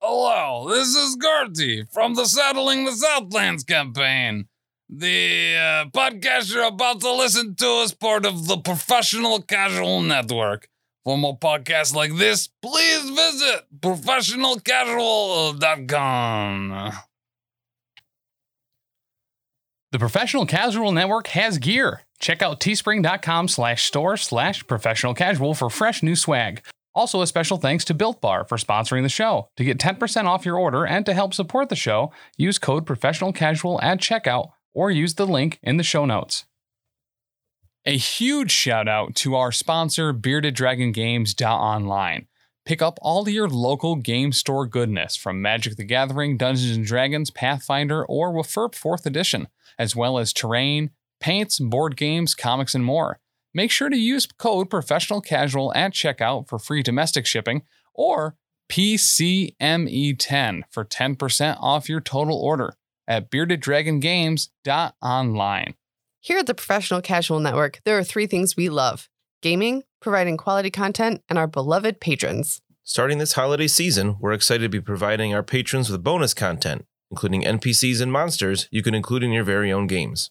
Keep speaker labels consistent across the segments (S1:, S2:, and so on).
S1: Hello, this is Gertie from the Settling the Southlands campaign. The uh, podcast you're about to listen to is part of the Professional Casual Network. For more podcasts like this, please visit professionalcasual.com.
S2: The Professional Casual Network has gear. Check out teespring.com slash store slash professional casual for fresh new swag. Also, a special thanks to Built Bar for sponsoring the show. To get 10% off your order and to help support the show, use code professional casual at checkout or use the link in the show notes. A huge shout out to our sponsor, Bearded Dragon Games Online. Pick up all your local game store goodness from Magic the Gathering, Dungeons and Dragons, Pathfinder, or Wafurp 4th Edition, as well as terrain, paints, board games, comics, and more. Make sure to use code professional casual at checkout for free domestic shipping or PCME10 E for 10% off your total order at beardeddragongames.online.
S3: Here at the Professional Casual Network, there are three things we love gaming, providing quality content, and our beloved patrons.
S4: Starting this holiday season, we're excited to be providing our patrons with bonus content, including NPCs and monsters you can include in your very own games.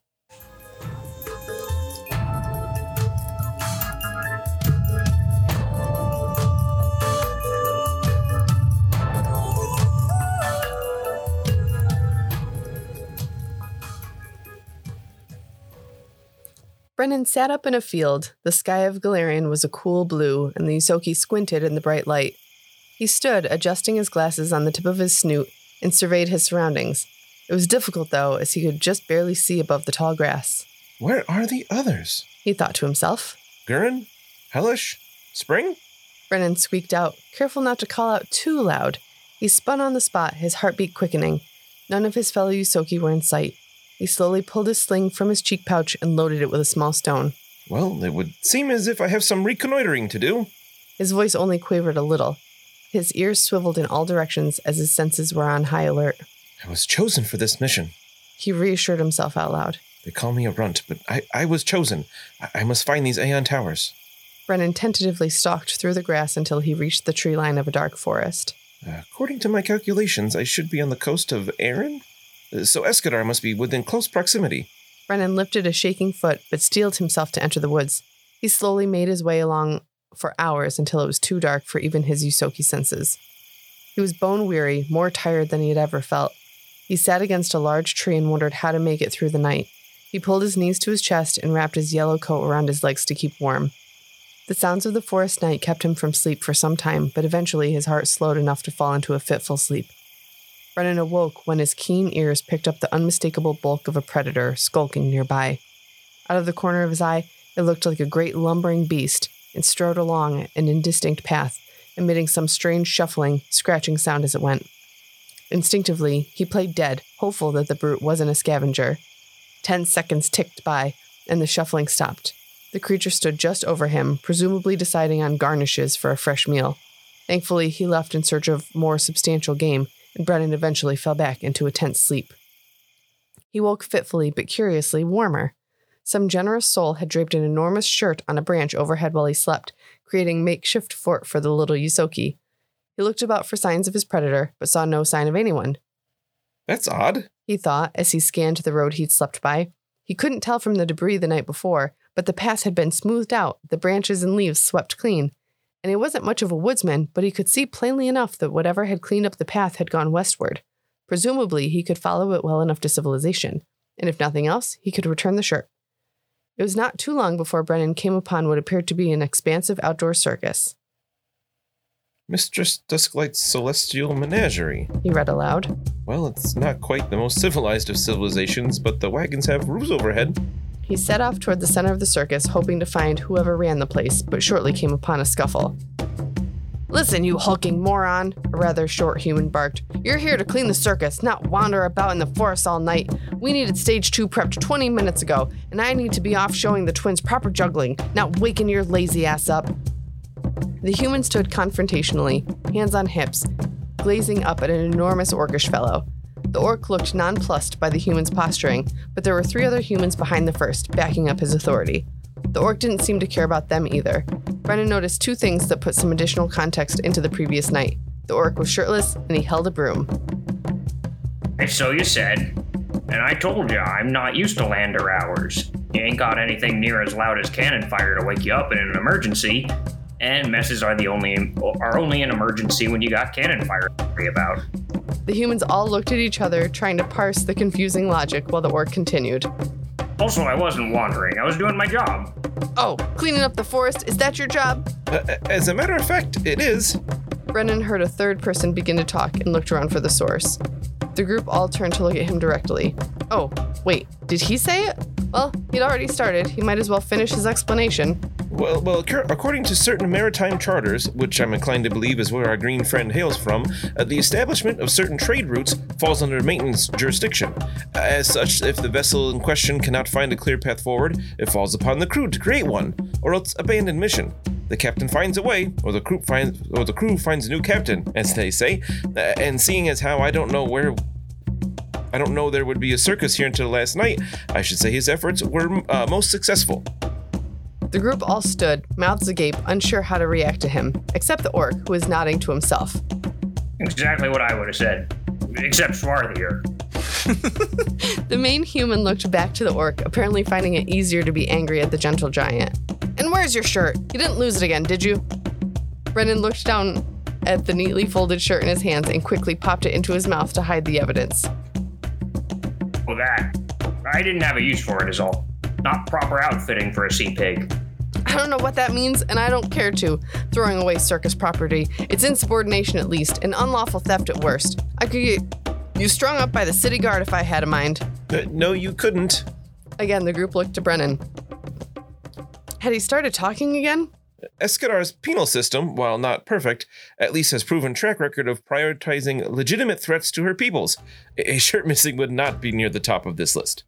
S3: Brennan sat up in a field. The sky of Galarian was a cool blue, and the Usoki squinted in the bright light. He stood, adjusting his glasses on the tip of his snoot, and surveyed his surroundings. It was difficult, though, as he could just barely see above the tall grass.
S4: Where are the others?
S3: He thought to himself.
S4: Gurren? Hellish? Spring?
S3: Brennan squeaked out, careful not to call out too loud. He spun on the spot, his heartbeat quickening. None of his fellow Yusoki were in sight. He slowly pulled his sling from his cheek pouch and loaded it with a small stone.
S4: Well, it would seem as if I have some reconnoitering to do.
S3: His voice only quavered a little. His ears swiveled in all directions as his senses were on high alert.
S4: I was chosen for this mission.
S3: He reassured himself out loud.
S4: They call me a runt, but I, I was chosen. I, I must find these Aeon Towers.
S3: Brennan tentatively stalked through the grass until he reached the tree line of a dark forest.
S4: According to my calculations, I should be on the coast of Erin? Uh, So Escadar must be within close proximity.
S3: Brennan lifted a shaking foot but steeled himself to enter the woods. He slowly made his way along for hours until it was too dark for even his Usoki senses. He was bone weary, more tired than he had ever felt. He sat against a large tree and wondered how to make it through the night. He pulled his knees to his chest and wrapped his yellow coat around his legs to keep warm. The sounds of the forest night kept him from sleep for some time, but eventually his heart slowed enough to fall into a fitful sleep. Brennan awoke when his keen ears picked up the unmistakable bulk of a predator skulking nearby. Out of the corner of his eye, it looked like a great lumbering beast and strode along an indistinct path, emitting some strange shuffling, scratching sound as it went. Instinctively, he played dead, hopeful that the brute wasn't a scavenger. Ten seconds ticked by, and the shuffling stopped. The creature stood just over him, presumably deciding on garnishes for a fresh meal. Thankfully, he left in search of more substantial game, and Brennan eventually fell back into a tense sleep. He woke fitfully but curiously warmer. Some generous soul had draped an enormous shirt on a branch overhead while he slept, creating makeshift fort for the little Yusoki. He looked about for signs of his predator, but saw no sign of anyone.
S4: That's odd.
S3: He thought as he scanned the road he'd slept by. He couldn't tell from the debris the night before, but the pass had been smoothed out, the branches and leaves swept clean. And he wasn't much of a woodsman, but he could see plainly enough that whatever had cleaned up the path had gone westward. Presumably, he could follow it well enough to civilization, and if nothing else, he could return the shirt. It was not too long before Brennan came upon what appeared to be an expansive outdoor circus.
S4: Mistress Dusklight's Celestial Menagerie.
S3: He read aloud.
S4: Well, it's not quite the most civilized of civilizations, but the wagons have roofs overhead.
S3: He set off toward the center of the circus, hoping to find whoever ran the place, but shortly came upon a scuffle. Listen, you hulking moron, a rather short human barked. You're here to clean the circus, not wander about in the forest all night. We needed stage two prepped 20 minutes ago, and I need to be off showing the twins proper juggling, not waking your lazy ass up. The human stood confrontationally, hands on hips. glazing up at an enormous orcish fellow. The orc looked nonplussed by the human's posturing, but there were three other humans behind the first, backing up his authority. The orc didn't seem to care about them either. Brennan noticed two things that put some additional context into the previous night. The orc was shirtless and he held a broom.
S5: And so you said. And I told you, I'm not used to lander hours. You ain't got anything near as loud as cannon fire to wake you up in an emergency. And messes are the only are only an emergency when you got cannon fire to worry about.
S3: The humans all looked at each other, trying to parse the confusing logic while the orc continued.
S5: Also, I wasn't wandering. I was doing my job.
S3: Oh, cleaning up the forest, is that your job?
S4: Uh, as a matter of fact, it is.
S3: Brennan heard a third person begin to talk and looked around for the source. The group all turned to look at him directly. Oh, wait, did he say it? Well, he'd already started. He might as well finish his explanation.
S4: Well, well, cur- according to certain maritime charters, which I'm inclined to believe is where our green friend hails from, uh, the establishment of certain trade routes falls under maintenance jurisdiction. As such, if the vessel in question cannot find a clear path forward, it falls upon the crew to create one, or else abandon mission. The captain finds a way, or the crew finds, or the crew finds a new captain, as they say. Uh, and seeing as how I don't know where I don't know there would be a circus here until last night. I should say his efforts were uh, most successful.
S3: The group all stood, mouths agape, unsure how to react to him, except the orc, who was nodding to himself.
S5: Exactly what I would have said. Except swarthier.
S3: The main human looked back to the orc, apparently finding it easier to be angry at the gentle giant. And where's your shirt? You didn't lose it again, did you? Brennan looked down at the neatly folded shirt in his hands and quickly popped it into his mouth to hide the evidence.
S5: Well, that. I didn't have a use for it, is all. Not proper outfitting for a sea pig.
S3: I don't know what that means, and I don't care to. Throwing away circus property. It's insubordination at least, and unlawful theft at worst. I could get you strung up by the city guard if I had a mind.
S4: Uh, no, you couldn't.
S3: Again, the group looked to Brennan. Had he started talking again?
S4: Escadar's penal system, while not perfect, at least has proven track record of prioritizing legitimate threats to her peoples. A a shirt missing would not be near the top of this list.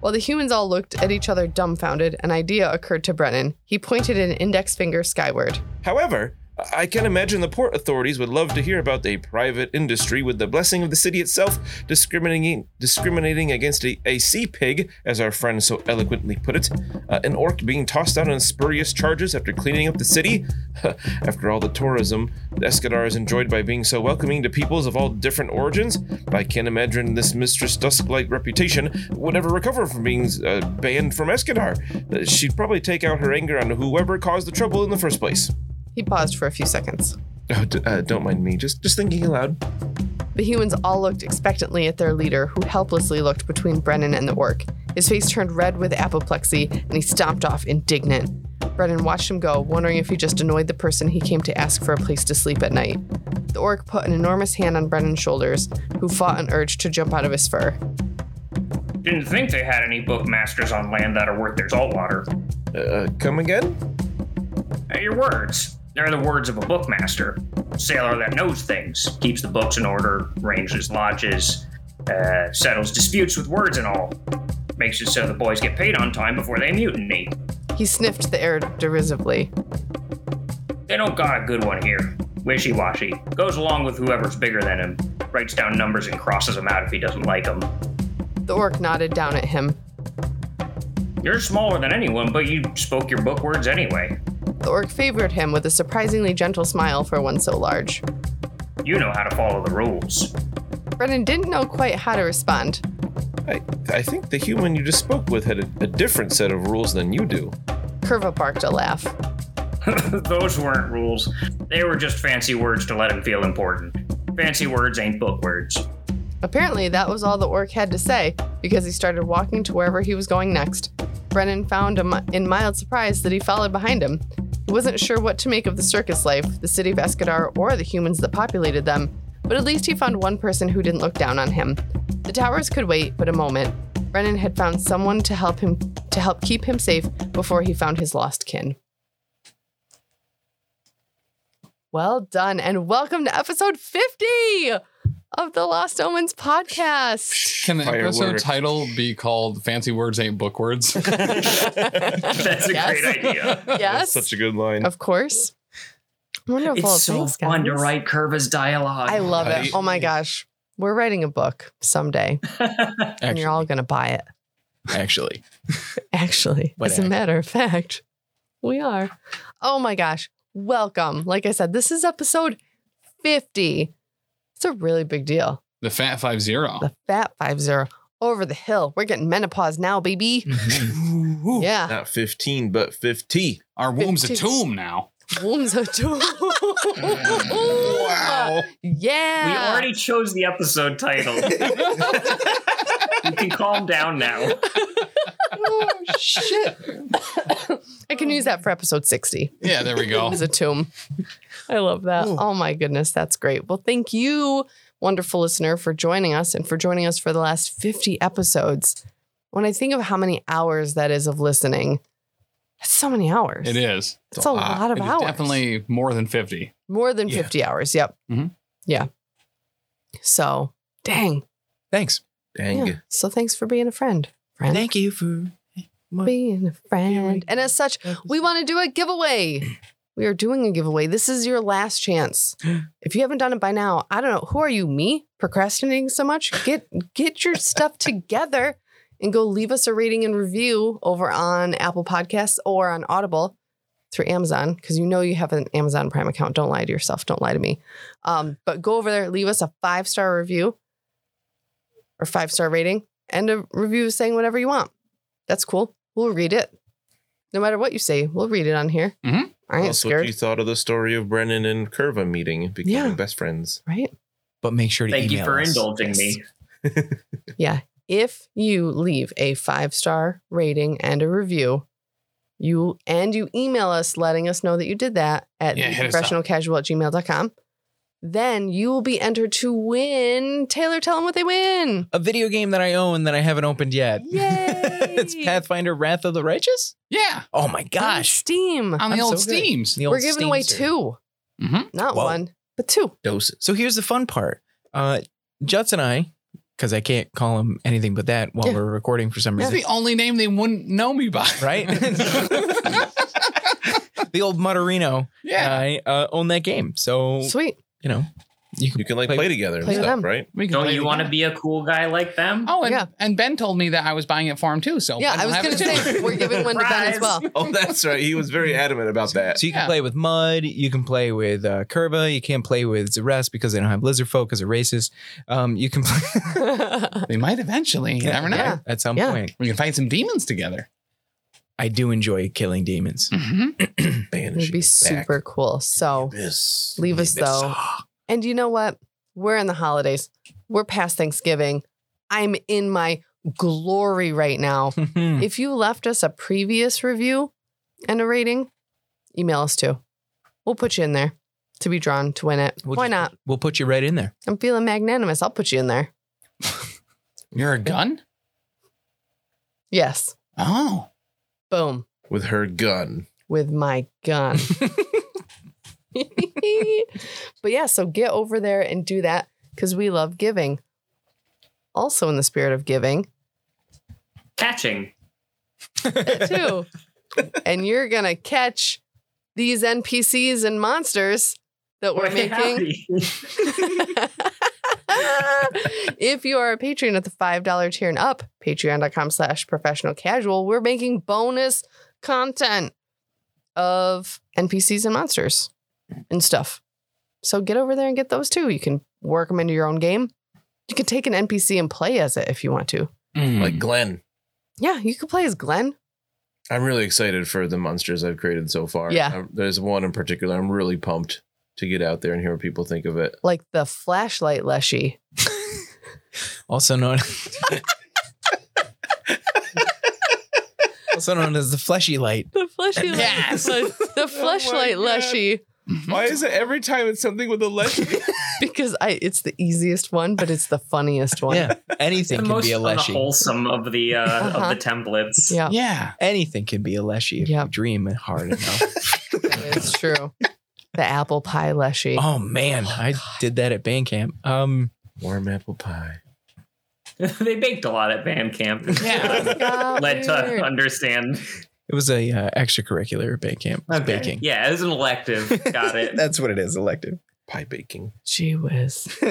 S3: While the humans all looked at each other dumbfounded, an idea occurred to Brennan. He pointed an index finger skyward.
S4: However, I can imagine the port authorities would love to hear about a private industry with the blessing of the city itself discriminating discriminating against a, a sea pig, as our friend so eloquently put it, uh, an orc being tossed out on spurious charges after cleaning up the city. after all the tourism the Escadar is enjoyed by being so welcoming to peoples of all different origins, I can't imagine this Mistress Dusklight reputation would ever recover from being uh, banned from Escadar. Uh, she'd probably take out her anger on whoever caused the trouble in the first place.
S3: He paused for a few seconds.
S4: Oh, d- uh, don't mind me. Just just thinking aloud.
S3: The humans all looked expectantly at their leader, who helplessly looked between Brennan and the orc. His face turned red with apoplexy, and he stomped off indignant. Brennan watched him go, wondering if he just annoyed the person he came to ask for a place to sleep at night. The orc put an enormous hand on Brennan's shoulders, who fought an urge to jump out of his fur.
S5: Didn't think they had any bookmasters on land that are worth their salt water.
S4: Uh, come again?
S5: Now, your words. They're the words of a bookmaster. Sailor that knows things, keeps the books in order, arranges lodges, uh, settles disputes with words and all. Makes it so the boys get paid on time before they mutiny.
S3: He sniffed the air derisively.
S5: They don't got a good one here. Wishy washy. Goes along with whoever's bigger than him. Writes down numbers and crosses them out if he doesn't like them.
S3: The orc nodded down at him.
S5: You're smaller than anyone, but you spoke your book words anyway.
S3: The orc favored him with a surprisingly gentle smile for one so large.
S5: You know how to follow the rules.
S3: Brennan didn't know quite how to respond.
S4: I, I think the human you just spoke with had a, a different set of rules than you do.
S3: Curva barked a laugh.
S5: Those weren't rules. They were just fancy words to let him feel important. Fancy words ain't book words.
S3: Apparently, that was all the orc had to say because he started walking to wherever he was going next. Brennan found him in mild surprise that he followed behind him. He wasn't sure what to make of the circus life, the city of Escadar, or the humans that populated them, but at least he found one person who didn't look down on him. The towers could wait but a moment. Brennan had found someone to help him to help keep him safe before he found his lost kin. Well done, and welcome to episode 50 of the Lost Omens podcast.
S2: Can the
S4: Firework.
S2: episode title be called Fancy Words Ain't Book Words?
S5: That's a
S3: Yes.
S5: great idea.
S3: Yes,
S4: Such a good line.
S3: of course. Wonderful.
S5: It's so
S3: things,
S5: fun to
S3: guys.
S5: write Curva's dialogue.
S3: I love
S4: How do
S3: it.
S4: you-
S3: Oh my gosh. We're writing a book someday, and
S6: Actually,
S3: you're all going to buy it.
S6: actually.
S3: Actually,
S6: What
S3: as a
S6: act-
S3: matter of fact, we are. Oh my gosh. Welcome. Like I said, this is episode 50. It's a really big deal.
S2: The Fat Five Zero.
S3: The fat fives are over the hill. We're getting menopause now, baby.
S2: Mm-hmm.
S3: Yeah.
S4: Not 15, but 50.
S2: Our womb's a
S3: Fifteen.
S2: tomb now.
S3: Wombs are too. wow. Yeah.
S5: We already chose the episode title. you can calm down now.
S3: Oh, shit. I can use that for episode 60.
S2: Yeah, there we go.
S3: It's a tomb. I love that. Oh my goodness, that's great. Well, thank you, wonderful listener, for joining us and for joining us for the last 50 episodes. When I think of how many hours that is of listening, that's so many hours.
S2: It is. Uh,
S3: It's a lot, of
S2: It is
S3: hours.
S2: definitely more than 50.
S3: more than
S6: Yeah.
S3: 50 hours. Yep.
S2: Mhm.
S3: Yeah. So, dang.
S6: Thanks.
S4: Dang.
S3: Yeah. So, thanks for being a friend. Friend.
S6: Thank you for
S3: being a friend. And as such, we want to do a giveaway. We are doing a giveaway. This is your last chance. If you haven't done it by now, I don't know. Who are you? Me? Procrastinating so much? Get get your stuff together and go leave us a rating and review over on Apple Podcasts or on Audible through Amazon because you know you have an Amazon Prime account. Don't lie to yourself. Don't lie to me. Um, but go over there, leave us a five star review or five star rating and a review saying whatever you want. That's cool. We'll read it. No matter what you say, we'll read it on here.
S2: Mhm.
S3: I ain't
S4: also,
S3: scared,
S4: what you thought of the story of Brennan and Curva meeting, becoming
S3: Yeah.
S4: best friends.
S3: right?
S6: But make sure to
S5: Thank you
S6: email
S5: for
S6: us.
S5: indulging
S6: Yes.
S5: me.
S3: If you leave a five star rating and a review, you and you email us letting us know that you did that at
S2: Yeah, hit us up.
S3: professionalcasual at gmail.com, then you will be entered to win. Taylor, tell them what they win.
S6: A video game that I own that I haven't opened yet. it's
S3: Yay!
S6: Pathfinder Wrath of the Righteous.
S2: Yeah,
S6: Oh my
S3: On
S6: gosh.
S3: Steam.
S2: on the
S6: I'm
S2: old
S6: so good.
S2: Steams.
S6: The old
S3: We're giving away
S6: Steamster.
S3: two,
S2: Mhm.
S3: not
S6: Whoa.
S3: one, but two.
S4: Doses.
S6: So here's the fun part. Uh, Juts and I, because I can't call him anything but that while
S3: Yeah.
S6: we're recording for some
S2: That's
S6: reason,
S2: the only name they wouldn't know me by.
S6: right? the old Mutterino.
S2: yeah.
S6: I uh, own that game. So,
S3: Sweet.
S6: you know, you can
S4: You can like play, together and
S3: play with
S4: stuff,
S3: them.
S4: right?
S2: We can
S5: Don't
S2: play
S5: you
S2: the
S5: want to
S2: game.
S5: be a cool guy like them?
S2: Oh, and,
S3: Yeah.
S2: and Ben told me that I was buying it for him too. So
S3: Yeah,
S2: Ben
S3: I
S2: will
S3: was
S2: have
S3: going to
S2: it too.
S3: say, we're giving one to Ben as
S5: Surprise.
S3: well.
S4: Oh, that's right. He was very adamant about that.
S6: So you can
S2: Yeah.
S6: play with Mud, you can play with uh, Kerba, you can't play with Zeres because they don't have lizard folk because they're racist. Um, you can play
S2: they might eventually. You never know.
S3: Yeah.
S6: at some
S3: Yeah.
S6: point.
S2: We can fight some demons together.
S6: I do enjoy killing demons.
S5: Mm-hmm.
S2: Mhm.
S3: It'd be super cool. So
S4: Yes.
S3: leave us though. And you know what? We're in the holidays. We're past Thanksgiving. I'm in my glory right now.
S6: Hmm.
S3: if you left us a previous review and a rating, email us too. We'll put you in there to be drawn to win it.
S6: We'll
S3: Why
S6: just-
S3: not?
S6: We'll put you right in there.
S3: I'm feeling magnanimous. I'll put you in there.
S2: You're a gun?
S3: Yes.
S2: Oh.
S3: Boom.
S4: With her gun.
S3: With my gun. but yeah, so get over there and do that because we love giving. Also, in the spirit of giving,
S5: Catching.
S3: too. and you're going to catch these NPCs and monsters that we're
S5: Way
S3: making.
S5: howdy.
S3: if you are a patron at the $5 tier and up, patreon.com slash professional casual, we're making bonus content of NPCs and monsters and stuff. So get over there and get those too. You can work them into your own game. You can take an NPC and play as it if you want to.
S2: Hmm.
S4: Like Glenn.
S3: Yeah, you could play as Glenn.
S4: I'm really excited for the monsters I've created so far.
S3: Yeah.
S4: I'm- there's one in particular. I'm really pumped to get out there and hear what people think of it.
S3: like the flashlight leshy.
S6: Also known Also known as the fleshy light.
S3: The fleshy light.
S2: Yes. Oh
S3: The flashlight
S4: God.
S3: leshy
S4: Why
S2: mm-hmm.
S4: is it every time it's something with a leshy?
S3: because I it's the easiest one, but it's the funniest one.
S6: Yeah. Anything
S5: the
S6: can
S5: most
S6: be a leshy.
S5: unwholesome of the uh,
S3: Uh-huh.
S5: of the templates.
S3: Yeah,
S2: Yeah.
S6: Anything can be a leshy if
S3: Yeah.
S6: you dream hard enough.
S3: it's true. The apple pie leshy.
S6: oh man, I did that at band camp. Um
S4: Warm apple pie.
S5: they baked a lot at band camp.
S2: Yeah.
S3: God,
S5: Led to
S3: weird.
S5: understand.
S6: It
S7: It was a uh, extracurricular band camp. It was
S8: Okay.
S7: Baking.
S5: Yeah, it was an elective. Got it.
S7: That's what it is. Elective.
S4: Pie baking.
S3: Gee whiz.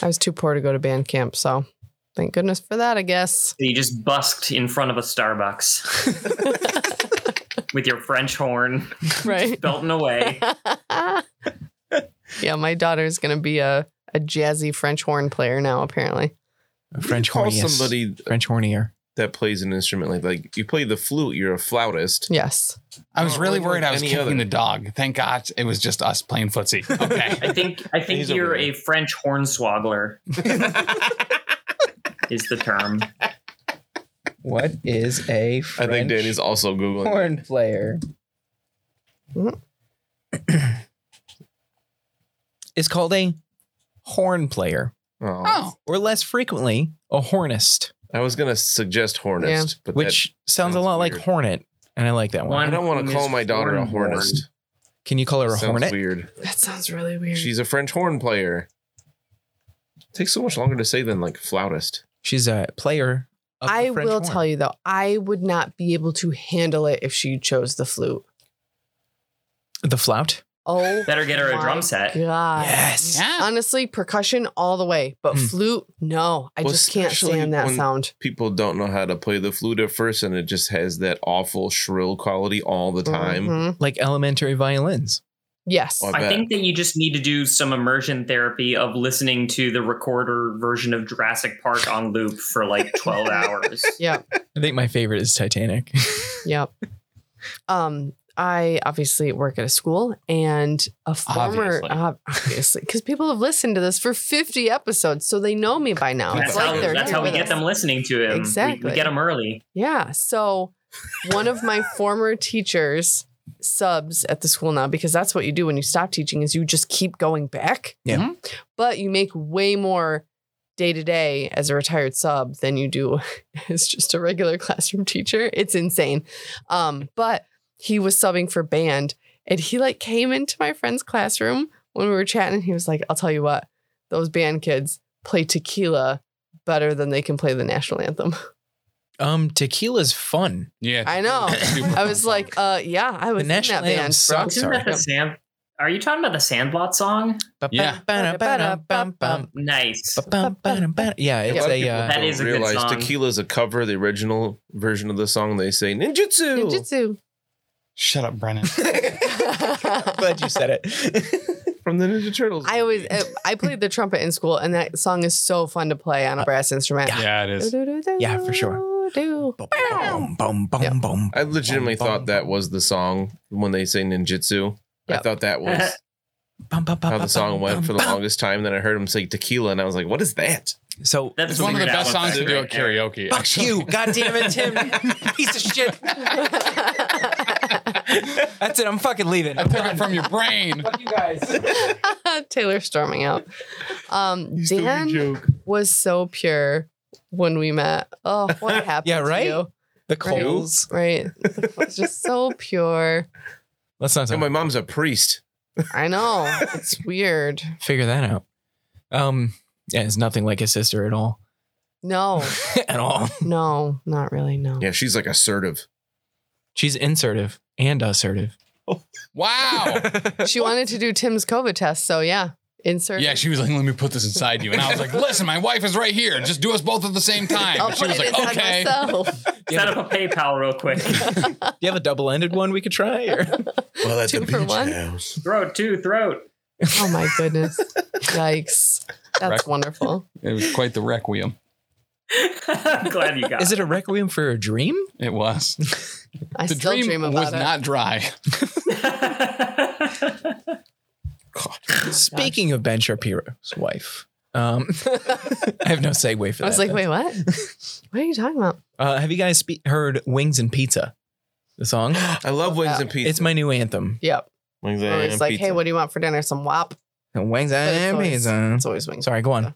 S3: I was too poor to go to band camp, so thank goodness for that, I guess.
S5: you just busked in front of a Starbucks with your French horn
S3: right.
S5: belting away.
S3: yeah, my daughter's gonna be a, a jazzy French horn player now, apparently.
S7: French
S4: you call
S7: horniest.
S4: somebody
S7: French hornier.
S4: that plays an instrument like like you play the flute, you're a flautist.
S3: Yes.
S2: I was
S4: Oh,
S2: really
S4: like
S2: worried I was
S4: any
S2: kicking
S4: other.
S2: the dog. Thank God it was just us playing footsie. Okay.
S5: I think I think
S4: He's over
S5: you're
S4: there.
S5: a French hornswoggler. is the term.
S7: What is a
S4: I
S7: French
S4: think Danny's also googling.
S7: horn player?
S3: Mhm.
S7: it's called a horn player,
S4: Oh,
S2: oh,
S7: or less frequently, a hornist,
S4: I was gonna suggest hornist, but
S7: which sounds a
S4: sounds
S7: lot like
S4: weird.
S7: hornet, and I like that one.
S4: that, I don't want to call my daughter a hornist.
S7: Can you call her a
S4: sounds
S7: hornet?
S4: weird.
S3: That sounds really weird.
S4: She's a French horn player. takes so much longer to say than like flautist.
S7: She's a player. Of
S3: I will tell you though, I would not be able to handle it if she chose the flute.
S7: the flout.
S3: Oh
S5: Better get her a
S3: my
S5: drum set.
S3: God.
S7: Yes.
S2: yeah.
S3: Honestly, percussion all the way, but
S7: Hmm.
S3: flute, no. I
S4: Well,
S3: just can't
S4: especially
S3: stand that
S4: when-
S3: sound.
S4: People don't know how to play the flute at first, and it just has that awful shrill quality all the time.
S3: Mhm.
S7: Like elementary violins.
S3: Yes.
S4: Oh,
S5: I
S4: bet.
S5: think that you just need to do some immersion therapy of listening to the recorder version of Jurassic Park on loop for like 12 hours.
S3: Yep.
S7: I think my favorite is Titanic.
S3: Yep. Um, I obviously work at a school and a former
S2: Obviously.
S3: ob- obviously because people have listened to this for 50 episodes, so they know me by now.
S5: That's
S3: it's like
S5: how,
S3: they're
S5: that's
S3: here
S5: how we
S3: with
S5: get
S3: us.
S5: them listening to him. We- We,
S3: Exactly.
S5: get them early.
S3: Yeah. So one of my former teachers subs at the school now because that's what you do when you stop teaching is you just keep going back.
S7: Yeah.
S3: But you make way more day to day as a retired sub than you do as just a regular classroom teacher. It's insane. Um, but he was subbing for band and he like came into my friend's classroom when we were chatting. He was like, I'll tell you what, those band kids play tequila better than they can play the national anthem.
S7: um, tequila's fun.
S2: Yeah.
S3: I know.
S2: Super
S3: I
S2: fun.
S3: was like, uh, yeah, I was in that
S7: national anthem
S3: band. bro.
S7: sucks.
S5: Isn't
S7: Sorry.
S5: that the sand? Are you talking about the Sandlot song?
S2: Yeah.
S7: Ba-da-ba-da-bum-bum.
S5: Nice.
S7: Ba-bum-ba-dum-ba- Yeah,
S4: A
S7: it's
S4: lot of
S7: a.
S4: people
S7: Uh,
S5: That
S4: don't
S5: is a good
S4: realize
S5: song.
S4: tequila is a cover. The original version of the song they say ninjutsu.
S3: Ninjutsu.
S2: Shut up, Brennan.
S7: glad you said it.
S4: from the Ninja Turtles.
S3: I always uh, I played the trumpet in school, and that song is so fun to play
S7: Uh,
S3: on a brass instrument.
S2: yeah, it is.
S7: Yeah, for sure.
S3: Do.
S7: Boom, boom, boom,
S3: Yep.
S7: boom.
S4: I legitimately thought that was the song when they say ninjutsu. I
S3: Yep.
S4: thought that was
S7: Bum, bum, bum,
S4: how
S7: bum,
S4: the song
S7: bum,
S4: went for the
S7: bum.
S4: longest time. Then I heard him say tequila, and I was like, "What is that?"
S7: So
S5: That's
S2: It's one of the
S5: weird
S2: best
S5: album
S2: songs to do
S5: right
S2: at
S5: there.
S2: karaoke.
S7: fuck
S2: actually.
S7: you, goddamn it, Tim, piece of shit. That's it. I'm fucking leaving.
S2: I took it from your brain.
S7: you guys.
S3: Taylor storming out. Um, Dan
S4: joke.
S3: was so pure when we met. Oh, what happened?
S7: Yeah,
S3: to
S7: right?
S3: you?
S7: The
S3: Right.
S7: Coles.
S3: Right. It was just so pure.
S7: Let's not
S4: So
S7: talk.
S4: my mom's a priest.
S3: I know. It's weird.
S7: figure that out. Um, yeah, it's nothing like his sister at all.
S3: No,
S7: at all.
S3: no, not really. No.
S4: Yeah, she's like assertive.
S7: She's insertive and assertive.
S2: Wow.
S3: She wanted to do Tim's COVID test, so yeah. Insert.
S2: Yeah, she was like, "Let me put this inside you," and I was like, "Listen, my wife is right here. Just do us both at the same time."
S3: I'll
S2: And she
S3: put
S2: was
S3: it
S2: like,
S3: inside
S2: "Okay."
S3: Oh, myself.
S5: Set up a PayPal real quick.
S7: Do you have a double-ended one we could try? Or?
S4: Well,
S3: at the Two for beach one?
S4: house.
S5: throat, two, throat.
S3: Oh my goodness! Yikes! That's
S2: Right.
S3: wonderful.
S2: It was quite the requiem.
S5: I'm glad you got
S7: Is it a requiem for a dream?
S2: It was.
S3: I
S2: the
S3: still
S2: dream,
S3: dream,
S2: was
S3: about it.
S2: not dry.
S7: Speaking of Ben Shapiro's wife, um, I have no segue for that.
S3: I was like,
S7: but-
S3: wait, what? What are you talking about?
S7: Uh, have you guys spe- heard "Wings and Pizza"? The song.
S4: I love wings and pizza.
S7: it's my new anthem.
S3: Yep.
S4: wings
S3: I was like, hey, what do you want for dinner? Some wop.
S7: And Wings
S3: But
S7: and
S3: it's
S7: pizza.
S3: It's always wings.
S7: Sorry, go on.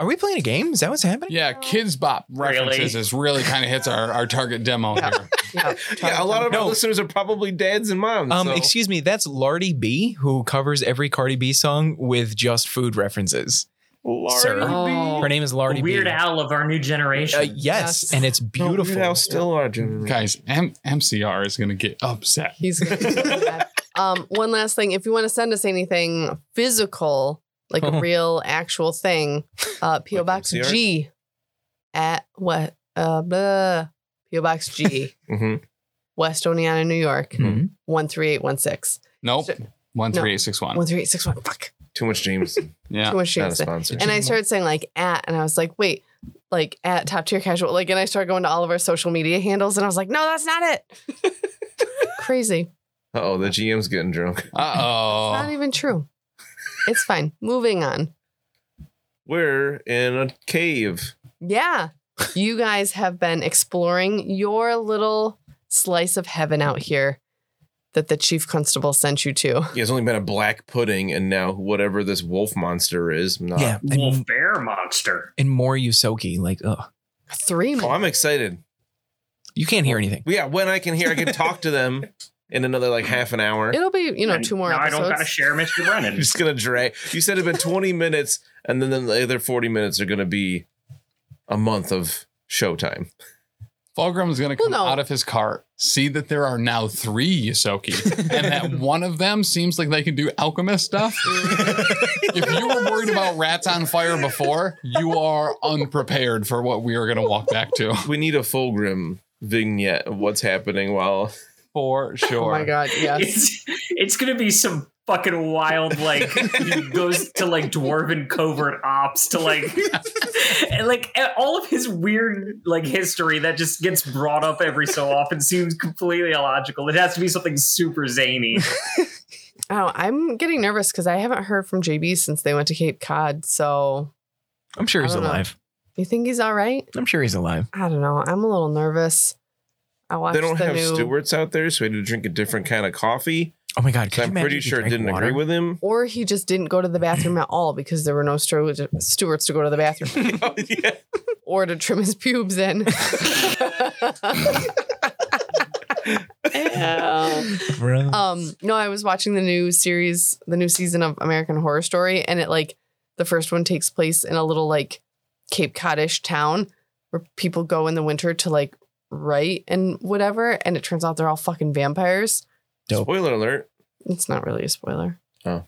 S7: Are we playing a game? Is that what's happening?
S2: Yeah, kids bop references
S5: Really?
S2: is really kind of hits our, our target demo
S3: Yeah.
S2: here.
S3: Yep.
S4: Yeah, a lot of
S7: No.
S4: our listeners are probably dads and moms.
S7: Um,
S4: so-
S7: excuse me, that's Lardy B, who covers every Cardi B song with just food references. sir.
S3: Oh.
S7: Her name is Lardy
S5: Weird
S7: B.
S5: Al of our new
S7: Uh,
S5: generation.
S7: yes,
S3: Yes.
S7: and it's beautiful.
S4: Weird Al still our generation.
S2: Guys, M- MCR is going to get upset.
S3: He's gonna be so mad. um, one last thing. If you want to send us anything physical, like a real actual thing, uh, PO
S4: Like
S3: Box
S4: MCR?
S3: G at what? Uh, blah. PO Box G,
S4: hmm
S3: West Oneonta, New York,
S7: Mhm.
S3: one three eight one six.
S2: Nope.
S3: Shit.
S2: 13861.
S3: One three eight six one. Fuck.
S4: Too much James.
S2: Yeah.
S3: Too much shit
S4: Not a
S3: was there.
S4: sponsor.
S3: And I started saying like at, and I was like, wait, like at top tier casual. Like, and I started going to all of our social media handles, and I was like, no, that's not it. Crazy.
S4: Uh oh, the GM's getting drunk.
S2: Uh
S3: Not
S2: oh.
S3: even true. It's fine. Moving on.
S4: We're in a cave.
S3: Yeah. You guys have been exploring your little slice of heaven out here that the chief constable sent you to.
S4: Yeah, it's only been a black pudding, and now whatever this wolf monster is. Not.
S7: Yeah,
S5: Wolf
S7: and,
S5: bear monster.
S7: and more Yusoki. Like, ugh,
S3: Three
S4: Oh,
S3: months.
S4: I'm excited.
S7: you can't hear anything.
S4: Yeah, when I can hear, I can talk to them in another like half an hour.
S3: It'll be, you know,
S5: And
S3: two more
S5: now I don't gotta
S3: episodes.
S5: share Mr.
S4: I'm
S5: Brennan.
S4: just gonna drag. You said it's been 20 minutes, and then the other 40 minutes are gonna be a month of showtime.
S2: Fulgrim is going to
S3: Well,
S2: come
S3: no.
S2: out of his cart, see that there are now three Yosoki, and that one of them seems like they can do alchemist stuff. if you were worried about rats on fire before, you are unprepared for what we are going to walk back to.
S4: We need a full grim vignette of what's happening while
S2: For sure.
S3: Oh my God. Yes.
S5: It's, it's gonna be some fucking wild like he goes to like dwarven covert ops to like and, like a- all of his weird like history that just gets brought up every so often seems completely illogical it has to be something super zany
S3: Oh, I'm getting nervous because I haven't heard from JB since they went to Cape Cod. So
S7: I'm sure
S3: I
S7: he's
S3: don't know.
S7: alive.
S3: you think he's all right?
S7: I'm sure he's alive.
S3: I don't know. I'm a little nervous. I watched
S4: they don't
S3: the
S4: have
S3: new
S4: stewards out there, so we had to drink a different kind of coffee.
S7: Oh my
S4: So
S7: god, could you
S4: I'm
S7: imagine
S4: pretty
S7: if he
S4: sure it
S7: drank
S4: didn't
S7: water?
S4: agree with him.
S3: or he just didn't go to the bathroom at all because there were no stru- stewards to go to the bathroom.
S4: yeah.
S3: or to trim his pubes in.
S7: Bro.
S3: um, no, I was watching the new series, the new season of American Horror Story, and it like the first one takes place in a little like Cape Codish town where people go in the winter to like write and whatever, and it turns out they're all fucking vampires.
S7: Dope.
S4: Spoiler alert.
S3: It's not really a spoiler.
S4: Oh.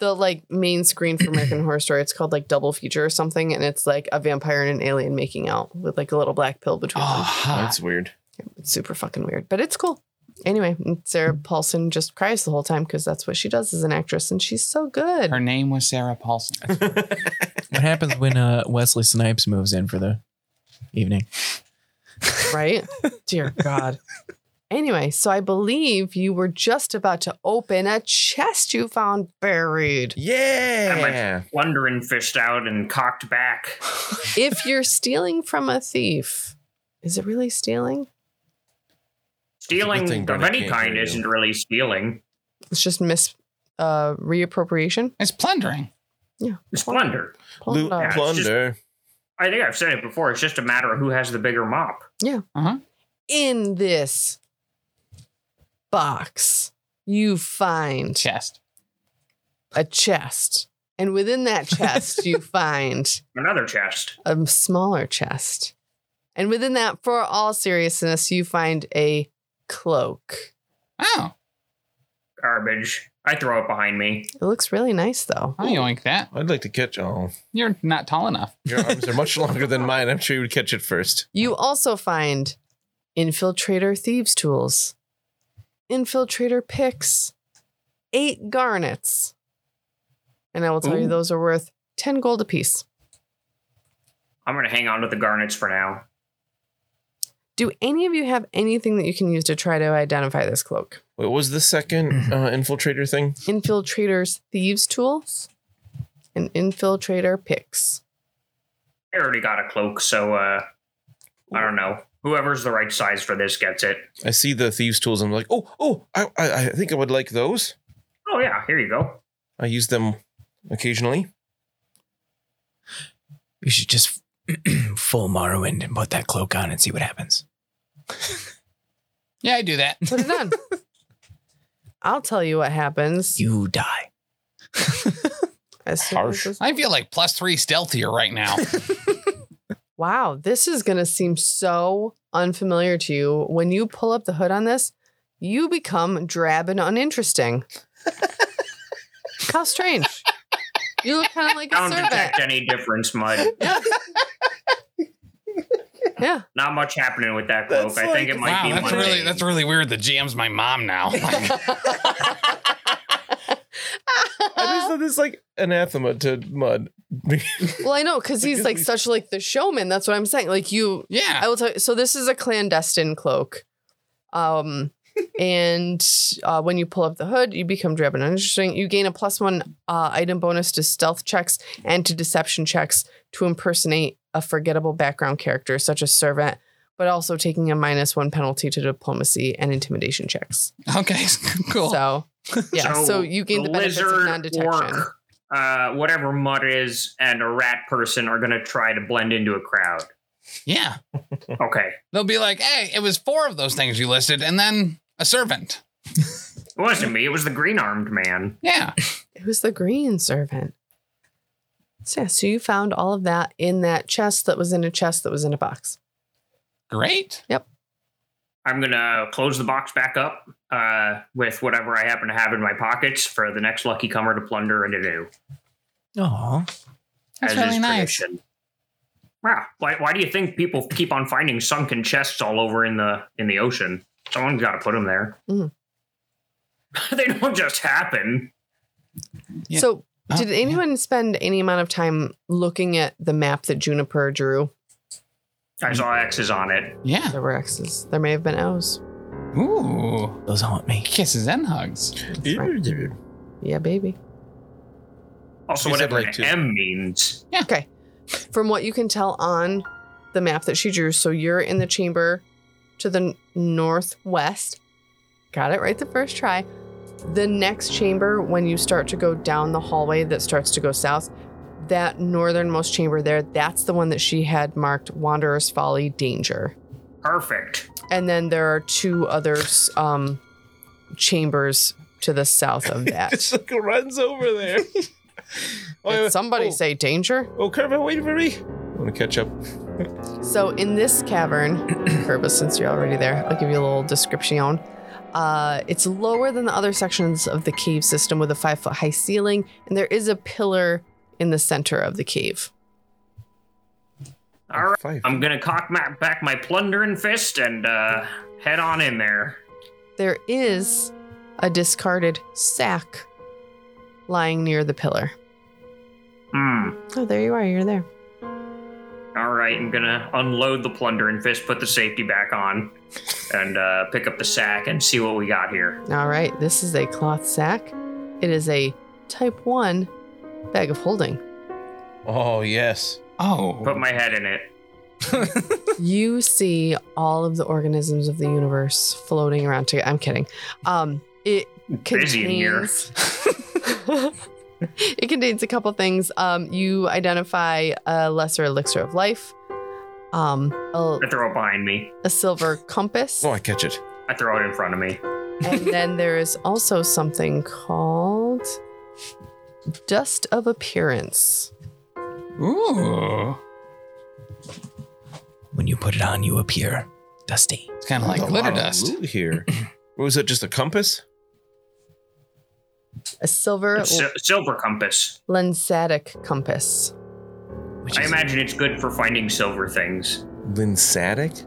S3: The like main screen for American Horror Story, it's called like Double Feature or something, and it's like a vampire and an alien making out with like a little black pill
S2: Oh,
S3: between them.
S2: hot.
S7: Ah.
S4: That's weird.
S3: It's super fucking weird, but it's cool. Anyway, Sarah Paulson just cries the whole time because that's what she does as an actress, and she's so good.
S2: Her name was Sarah Paulson.
S7: what happens when uh, Wesley Snipes moves in for the evening?
S3: right? Dear God. Anyway, so I believe you were just about to open a chest you found buried.
S4: Yeah.
S5: plundering fished out and cocked back
S3: If you're stealing from a thief, is it really stealing?
S5: stealing
S4: thing
S5: of
S4: Brennan
S5: any
S4: can't
S5: kind
S4: hear you.
S5: isn't really stealing
S3: It's just mis uh, reappropriation.
S2: It's plundering.
S5: it's plunder
S4: Loot
S3: Plunder.
S5: Yeah.
S4: plunder.
S5: i think i've said it before it's just a matter of who has the bigger mop
S3: In this box, you find
S2: Chest.
S3: a chest. And within that chest, you find
S5: another chest
S3: a smaller chest. And within that, for all seriousness, you find a cloak.
S2: Oh,
S5: garbage i throw it behind me
S3: It looks really nice, though.
S2: I yoink that.
S4: I'd like to catch. Oh,
S2: You're not tall enough.
S4: your arms are much longer than mine. I'm sure you would catch it first.
S3: You also find infiltrator thieves' tools, infiltrator picks, eight garnets. And I will tell you,
S2: Ooh.
S3: those are worth 10 gold apiece.
S5: i'm gonna hang on to the garnets for now
S3: Do any of you have anything that you can use to try to identify this cloak?
S4: What was the second uh, infiltrator thing?
S3: Infiltrator's thieves' tools and infiltrator picks.
S5: I already got a cloak, so uh I don't know. Whoever's the right size for this gets it.
S4: I see the thieves' tools. I'm like, oh, oh, I, I, I think I would like those.
S5: Oh yeah, here you go.
S4: I use them occasionally.
S7: You should just full Morrowind and put that cloak on and see what happens.
S2: Yeah, I do that.
S3: Put it on. I'll tell you what happens.
S7: You die.
S3: As soon
S4: Harsh.
S3: as this-
S2: I feel like plus three stealthier right now.
S3: wow, this is going to seem so unfamiliar to you. When you pull up the hood on this, you become drab and uninteresting. How strange. You look kind of like
S5: I
S3: a
S5: don't
S3: servant.
S5: detect any difference, Mud.
S3: Yeah.
S5: Not much happening with that cloak.
S4: That's
S5: I
S4: like-
S5: think it might
S2: wow,
S5: be
S2: that's
S5: Monday.
S2: really that's really weird. The jam's my mom now. Like,
S4: I just thought this like anathema to mud.
S3: well, I know because he's like such like the showman. That's what I'm saying. Like you,
S2: yeah,
S3: I will tell you. So this is a clandestine cloak, um, and uh, when you pull up the hood, you become drab and uninteresting. You gain a plus one uh, item bonus to stealth checks and to deception checks to impersonate a forgettable background character such as servant, but also taking a minus one penalty to diplomacy and intimidation checks.
S2: okay, cool.
S3: So yeah, so, you gain the benefits of
S5: lizard,
S3: non-detection.
S5: orc, uh, whatever mud is, and a rat person are gonna try to blend into a crowd.
S2: yeah,
S5: Okay.
S2: they'll be like, "Hey, it was four of those things you listed, and then a servant."
S5: It wasn't me, it was the green armed man.
S2: Yeah,
S3: It was the green servant. So, yeah, so you found all of that in that chest that was in a chest that was in a box.
S2: great.
S5: I'm gonna close the box back up uh, with whatever I happen to have in my pockets for the next lucky comer to plunder and to do.
S6: Aw.
S2: That's
S5: as
S2: really
S5: is
S2: nice.
S5: tradition. Wow. Why, why do you think people keep on finding sunken chests all over in the in the ocean? Someone's got to put them there.
S3: Mm.
S5: they don't just happen.
S2: Yeah.
S3: So,
S2: Oh,
S3: did
S2: yeah.
S3: anyone spend any amount of time looking at the map that Juniper drew?
S5: I saw X's on it.
S2: Yeah.
S3: There were X's. There may have been O's.
S2: Ooh,
S6: Those haunt me.
S2: kisses and hugs.
S3: That's right. Yeah, baby.
S5: Also,
S4: You said,
S5: whatever
S4: like,
S5: an
S4: two.
S5: M means.
S3: Okay. From what you can tell on the map that she drew, so you're in the chamber to the n- northwest. Got it right the first try. The next chamber, when you start to go down the hallway that starts to go south, that northernmost chamber there, that's the one that she had marked Wanderer's Folly Danger.
S5: Perfect.
S3: And then there are two other um, chambers to the south of that.
S4: Just like runs over there.
S3: Did somebody
S4: oh,
S3: say danger?
S4: Oh, Kermit, wait for me. I want to catch up.
S3: So in this cavern, Kerba, since you're already there, I'll give you a little description. Uh, it's lower than the other sections of the cave system with a five foot high ceiling, and there is a pillar in the center of the cave.
S5: All right.
S4: Five.
S5: I'm gonna cock my, back my plundering fist and uh, head on in there.
S3: There is a discarded sack lying near the pillar.
S5: Hmm.
S3: Oh, there you are. You're there.
S5: All right. I'm gonna unload the plundering fist, put the safety back on, and uh, pick up the sack and see what we got here.
S3: All right. This is a cloth sack. It is a type one bag of holding.
S4: Oh yes.
S5: Put
S2: Oh,
S5: my head in it.
S3: you see all of the organisms of the universe floating around together. I'm kidding. Um, it contains.
S5: Busy in here.
S3: it contains a couple things. Um, you identify a lesser elixir of life, um, a,
S5: I throw it behind me.
S3: a silver compass,
S4: Oh, I catch it.
S5: I throw it in front of me.
S3: and then there is also something called dust of appearance.
S2: ooh.
S6: When you put it on, you appear dusty.
S2: It's kind of like
S4: There's a
S2: glitter
S4: lot of
S2: dust.
S4: loot here. What was it? Just a compass?
S3: A silver
S5: It's sil- silver compass.
S3: lensatic compass.
S6: Which
S5: I
S6: is
S5: imagine it's good for finding silver things.
S4: Linsatic?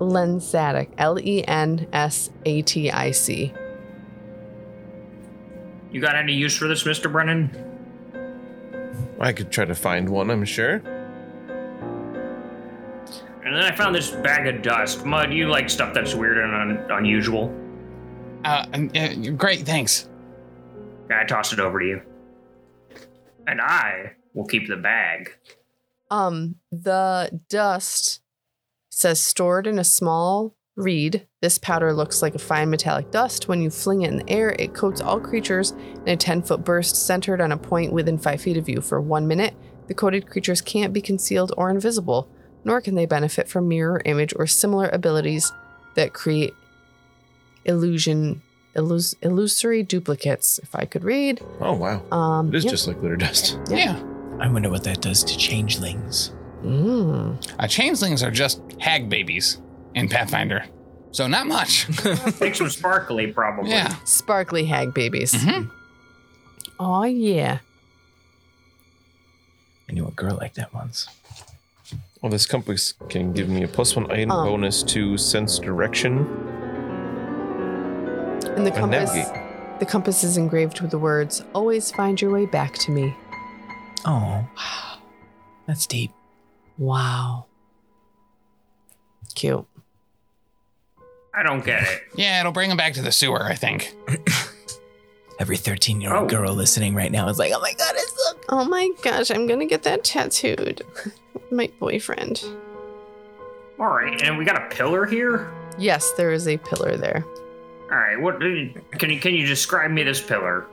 S3: Lensatic. L E N S A T I C.
S5: You got any use for this, Mr. Brennan?
S4: I could try to find one. I'm sure.
S5: And then I found this bag of dust. Mud, you like stuff that's weird and un- unusual?
S2: Uh, and, uh, great, thanks.
S5: I toss it over to you. And I will keep the bag.
S3: Um, the dust says stored in a small reed. This powder looks like a fine metallic dust. When you fling it in the air, it coats all creatures in a 10 foot burst centered on a point within five feet of you. For one minute, the coated creatures can't be concealed or invisible, nor can they benefit from mirror image or similar abilities that create illusion illus- illusory duplicates, if I could read.
S4: Oh wow,
S3: Um,
S4: it is
S3: yeah.
S4: just like glitter dust.
S7: I wonder what that does to changelings.
S3: Mm.
S2: Uh, changelings are just hag babies in Pathfinder. So not much.
S5: Make some sparkly, probably.
S2: yeah.
S3: Sparkly hag babies.
S5: Mm-hmm.
S2: Mhm.
S3: Oh, yeah.
S7: I knew a girl like that once.
S4: Well, this compass can give me a plus one item
S3: Um.
S4: bonus to sense direction
S3: And the
S4: and
S3: compass,
S4: navigate.
S3: the compass is engraved with the words, always find your way back to me.
S7: Oh, that's deep.
S3: Wow. Cute.
S5: I don't get it.
S2: Yeah, it'll bring them back to the sewer, I think.
S7: Every 13 year old
S5: Oh.
S7: girl listening right now is like, oh my God, it's so
S3: Oh my gosh, I'm gonna get that tattooed. my boyfriend.
S5: All right, and we got a pillar here.
S3: Yes, there is a pillar there.
S5: All right, what can you can you describe me this pillar?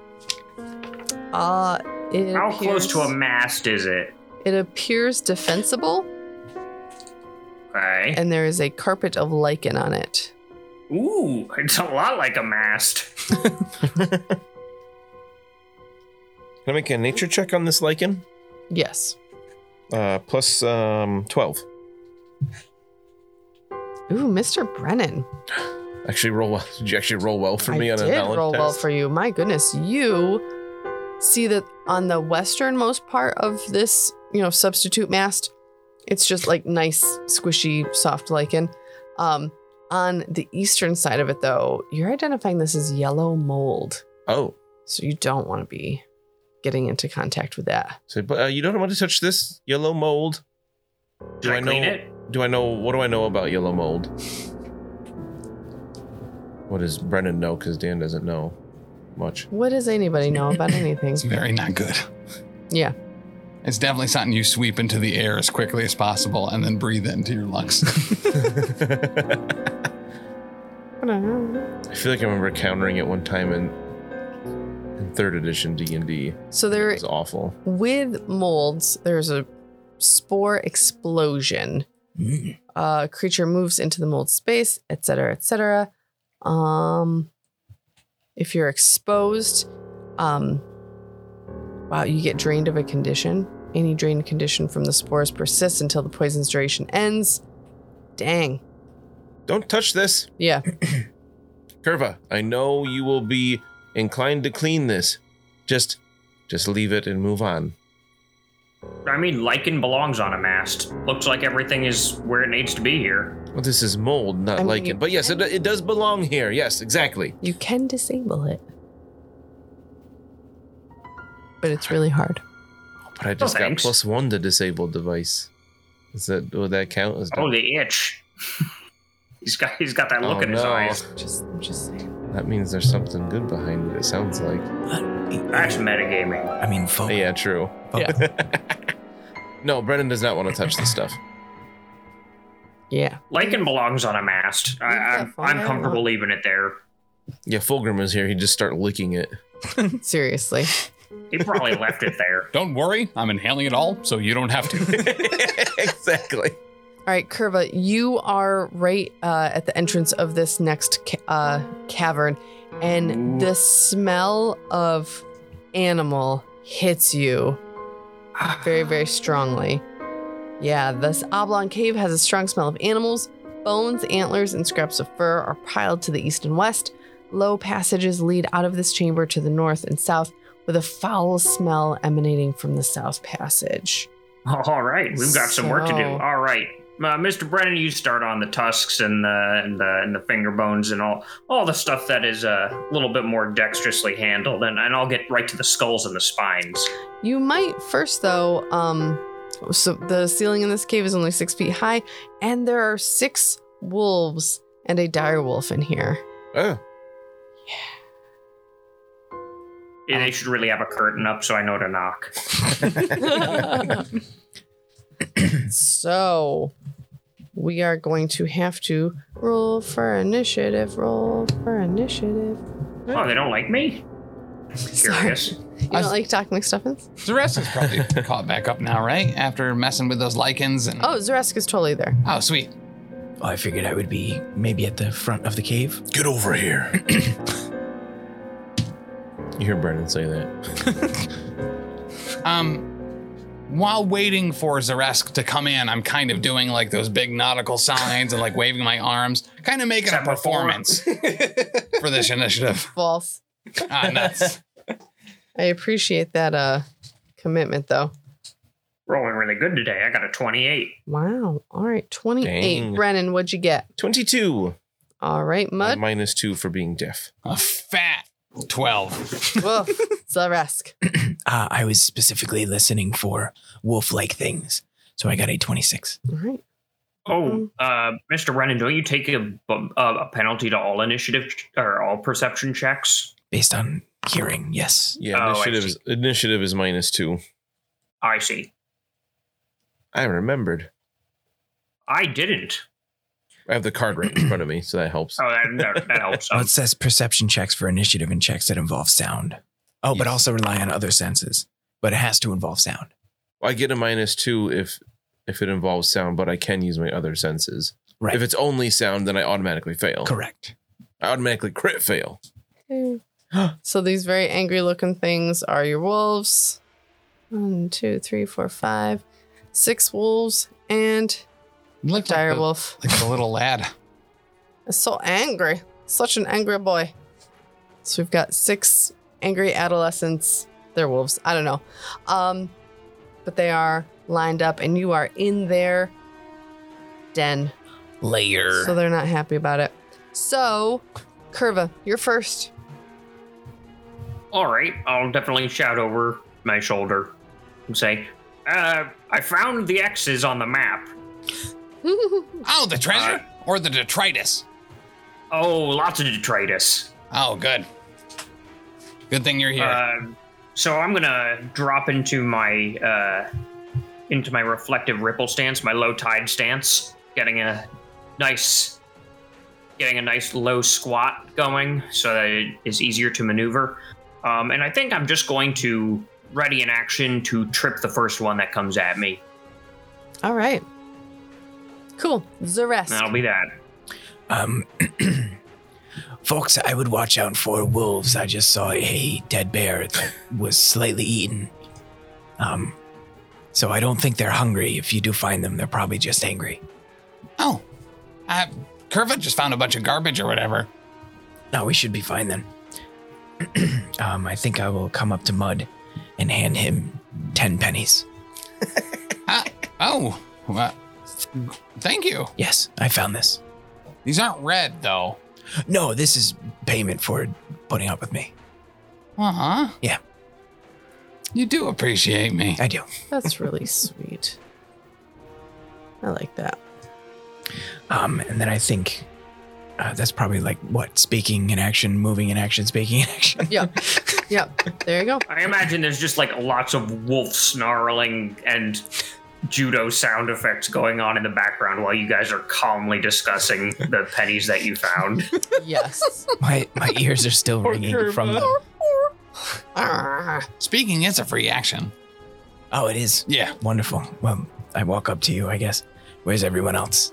S3: Uh, it
S5: How close
S3: appears-
S5: to a mast is it?
S3: It appears defensible,
S5: Okay.
S3: and there is a carpet of lichen on it.
S5: Ooh, it's a lot like a mast.
S4: Can I make a nature check on this lichen?
S3: Yes.
S4: Uh, plus um, twelve.
S3: Ooh, Mr. Brennan.
S4: Actually, roll well. Did you actually roll well for me
S3: I
S4: on a
S3: did
S4: knowledge
S3: roll
S4: test?
S3: well for you. My goodness, you see that on the westernmost part of this, you know, substitute mast, it's just like nice, squishy, soft lichen. Um, on the eastern side of it, though, you're identifying this as yellow mold,
S4: oh,
S3: so you don't want to be getting into contact with that.
S4: so but uh, you don't want to touch this yellow mold. Do
S5: Should I,
S4: know?
S5: clean it?
S4: Do I know? What do I know about yellow mold? What does Brennan know? Because Dan doesn't know much.
S3: What does anybody know about anything?
S2: It's very not good.
S3: Yeah.
S2: It's definitely something you sweep into the air as quickly as possible and then breathe into your lungs.
S4: I feel like I remember countering it one time in in third edition D and D.
S3: So
S4: It
S3: there
S4: was awful.
S3: with molds, there's a spore explosion.
S7: Mm.
S3: Uh, creature moves into the mold space, etc., etc. Um, if you're exposed, um, wow, you get drained of a condition. Any drained condition from the spores persists until the poison's duration ends. Dang.
S4: Don't touch this,
S3: Yeah.
S4: Curva. I know you will be inclined to clean this. Just, just leave it and move on.
S5: I mean, lichen belongs on a mast. Looks like everything is where it needs to be here.
S4: Well, this is mold, not
S3: I mean,
S4: lichen.
S3: you
S4: But yes, it,
S3: can-
S4: it does belong here. Yes, exactly.
S3: You can disable it. But it's really hard.
S4: But I just got
S5: Oh, thanks.
S4: plus one to disable device. Is that would that count? As
S5: Oh, the itch. he's got he's got that look
S4: Oh,
S5: in his
S4: no.
S5: eyes.
S3: Just, just saying.
S4: That means there's something good behind it. It sounds like.
S5: That's metagaming.
S7: I mean, folk.
S4: Yeah, true.
S5: Oh.
S4: no, Brennan does not want to touch this stuff.
S3: Yeah.
S5: Lichen belongs on a mast. I,
S3: Leave that
S5: I'm
S3: phone
S5: I'm
S3: there.
S5: comfortable leaving it there.
S4: Yeah, Fulgrim is here. He'd just start licking it.
S3: Seriously.
S5: He probably left it there.
S2: Don't worry, I'm inhaling it all, so you don't have to.
S4: exactly.
S3: All right, Curva, you are right uh, at the entrance of this next ca- uh, cavern, and the smell of animal hits you very, very strongly. Yeah, this oblong cave has a strong smell of animals. Bones, antlers, and scraps of fur are piled to the east and west. Low passages lead out of this chamber to the north and south, with a foul smell emanating from the south passage.
S5: All right, we've got some work to do.
S3: So-
S5: All right, uh, Mr. Brennan, you start on the tusks and the and the, and the finger bones and all all the stuff that is uh, a little bit more dexterously handled, and, and I'll get right to the skulls and the spines.
S3: You might first, though. Um, so the ceiling in this cave is only six feet high, and there are six wolves and a dire wolf in here.
S4: Oh,
S5: Yeah,
S3: Oh.
S5: They should really have a curtain up so I know to knock.
S3: so we are going to have to roll for initiative. Roll for initiative.
S5: Oh, they don't like me.
S3: Sorry,
S5: Curious.
S3: you don't like Doc McStuffins?
S2: Zares is probably caught back up now, right? After messing with those lichens and.
S3: Oh, Zaresk is totally there.
S2: Oh, sweet.
S7: Oh, I figured I would be maybe at the front of the cave.
S4: get over here. You hear Brennan say that.
S2: Um, while waiting for Zaresk to come in, I'm kind of doing like those big nautical signs and like waving my arms, kind of making a
S5: Except before.
S2: performance for this initiative.
S3: False.
S2: Ah, nuts.
S3: I appreciate that uh commitment though.
S5: Rolling really good today. I got a 28.
S3: Wow. All right. 28.
S4: Dang.
S3: Brennan, what'd you get?
S4: 22.
S3: All right, Mud.
S4: Minus two for being deaf.
S2: A fat 12.
S3: Woof. Zaresk.
S7: Uh, I was specifically listening for wolf like things. So I got a 26.
S3: All right.
S5: Oh, uh, Mr. Brennan, don't you take a, bu- a, a penalty to all initiative ch- or all perception checks?
S7: Based on hearing, yes.
S4: Yeah,
S5: Oh, I
S4: initiative
S5: see.
S4: is initiative is minus two.
S5: I see.
S4: I remembered.
S5: I didn't.
S4: I have the card right in front of me, so that helps.
S5: Oh, that, that, that helps.
S7: Well, it says perception checks for initiative and checks that involve sound. Oh, but
S4: Yes.
S7: also rely on other senses. But it has to involve sound.
S4: I get a minus two if if it involves sound, but I can use my other senses.
S7: Right.
S4: If it's only sound, then I automatically fail.
S7: Correct.
S4: I automatically crit fail.
S3: so these very angry looking things are your wolves. One, two, three, four, five, six wolves and
S2: Looked like
S3: dire
S2: the,
S3: wolf.
S2: like the little lad.
S3: It's so angry. Such an angry boy. So we've got six angry adolescents. They're wolves. I don't know. Um, but they are lined up and you are in their den.
S7: Layer.
S3: So they're not happy about it. So, Curva, you're first.
S5: Oh, All right, I'll definitely shout over my shoulder and say, uh, I found the X's on the map.
S2: Oh, the treasure? Or the detritus?
S5: Oh, lots of detritus.
S2: Oh, good. Good thing you're here.
S5: Uh, so I'm gonna drop into my uh, into my reflective ripple stance, my low tide stance, getting a nice getting a nice low squat going, so that it is easier to maneuver. Um, and I think I'm just going to ready in action to trip the first one that comes at me.
S3: All right. Cool. Zaresk.
S5: And that'll be that.
S7: Um, folks, I would watch out for wolves. I just saw a dead bear that was slightly eaten. Um, so I don't think they're hungry. If you do find them, they're probably just angry.
S2: oh, uh, Curva just found a bunch of garbage or whatever.
S7: No, we should be fine then. um, I think I will come up to Mud and hand him ten pennies.
S2: Ah, oh, well, thank you.
S7: Yes, I found this.
S2: These aren't red, though.
S7: No, this is payment for putting up with me.
S2: Uh huh.
S7: Yeah.
S2: You do appreciate me.
S7: I do.
S3: That's really sweet. I like that.
S7: Um, and then I think uh, that's probably like what speaking in action, moving in action, speaking in action.
S3: Yep. yep. There you go.
S5: I imagine there's just like lots of wolf snarling and judo sound effects going on in the background while you guys are calmly discussing the pennies that you found.
S3: Yes.
S7: my my ears are still ringing from the.
S3: Ah.
S2: Speaking is a free action.
S7: Oh, it is
S2: Yeah.
S7: wonderful. Well, I walk up to you, I guess. Where's everyone else?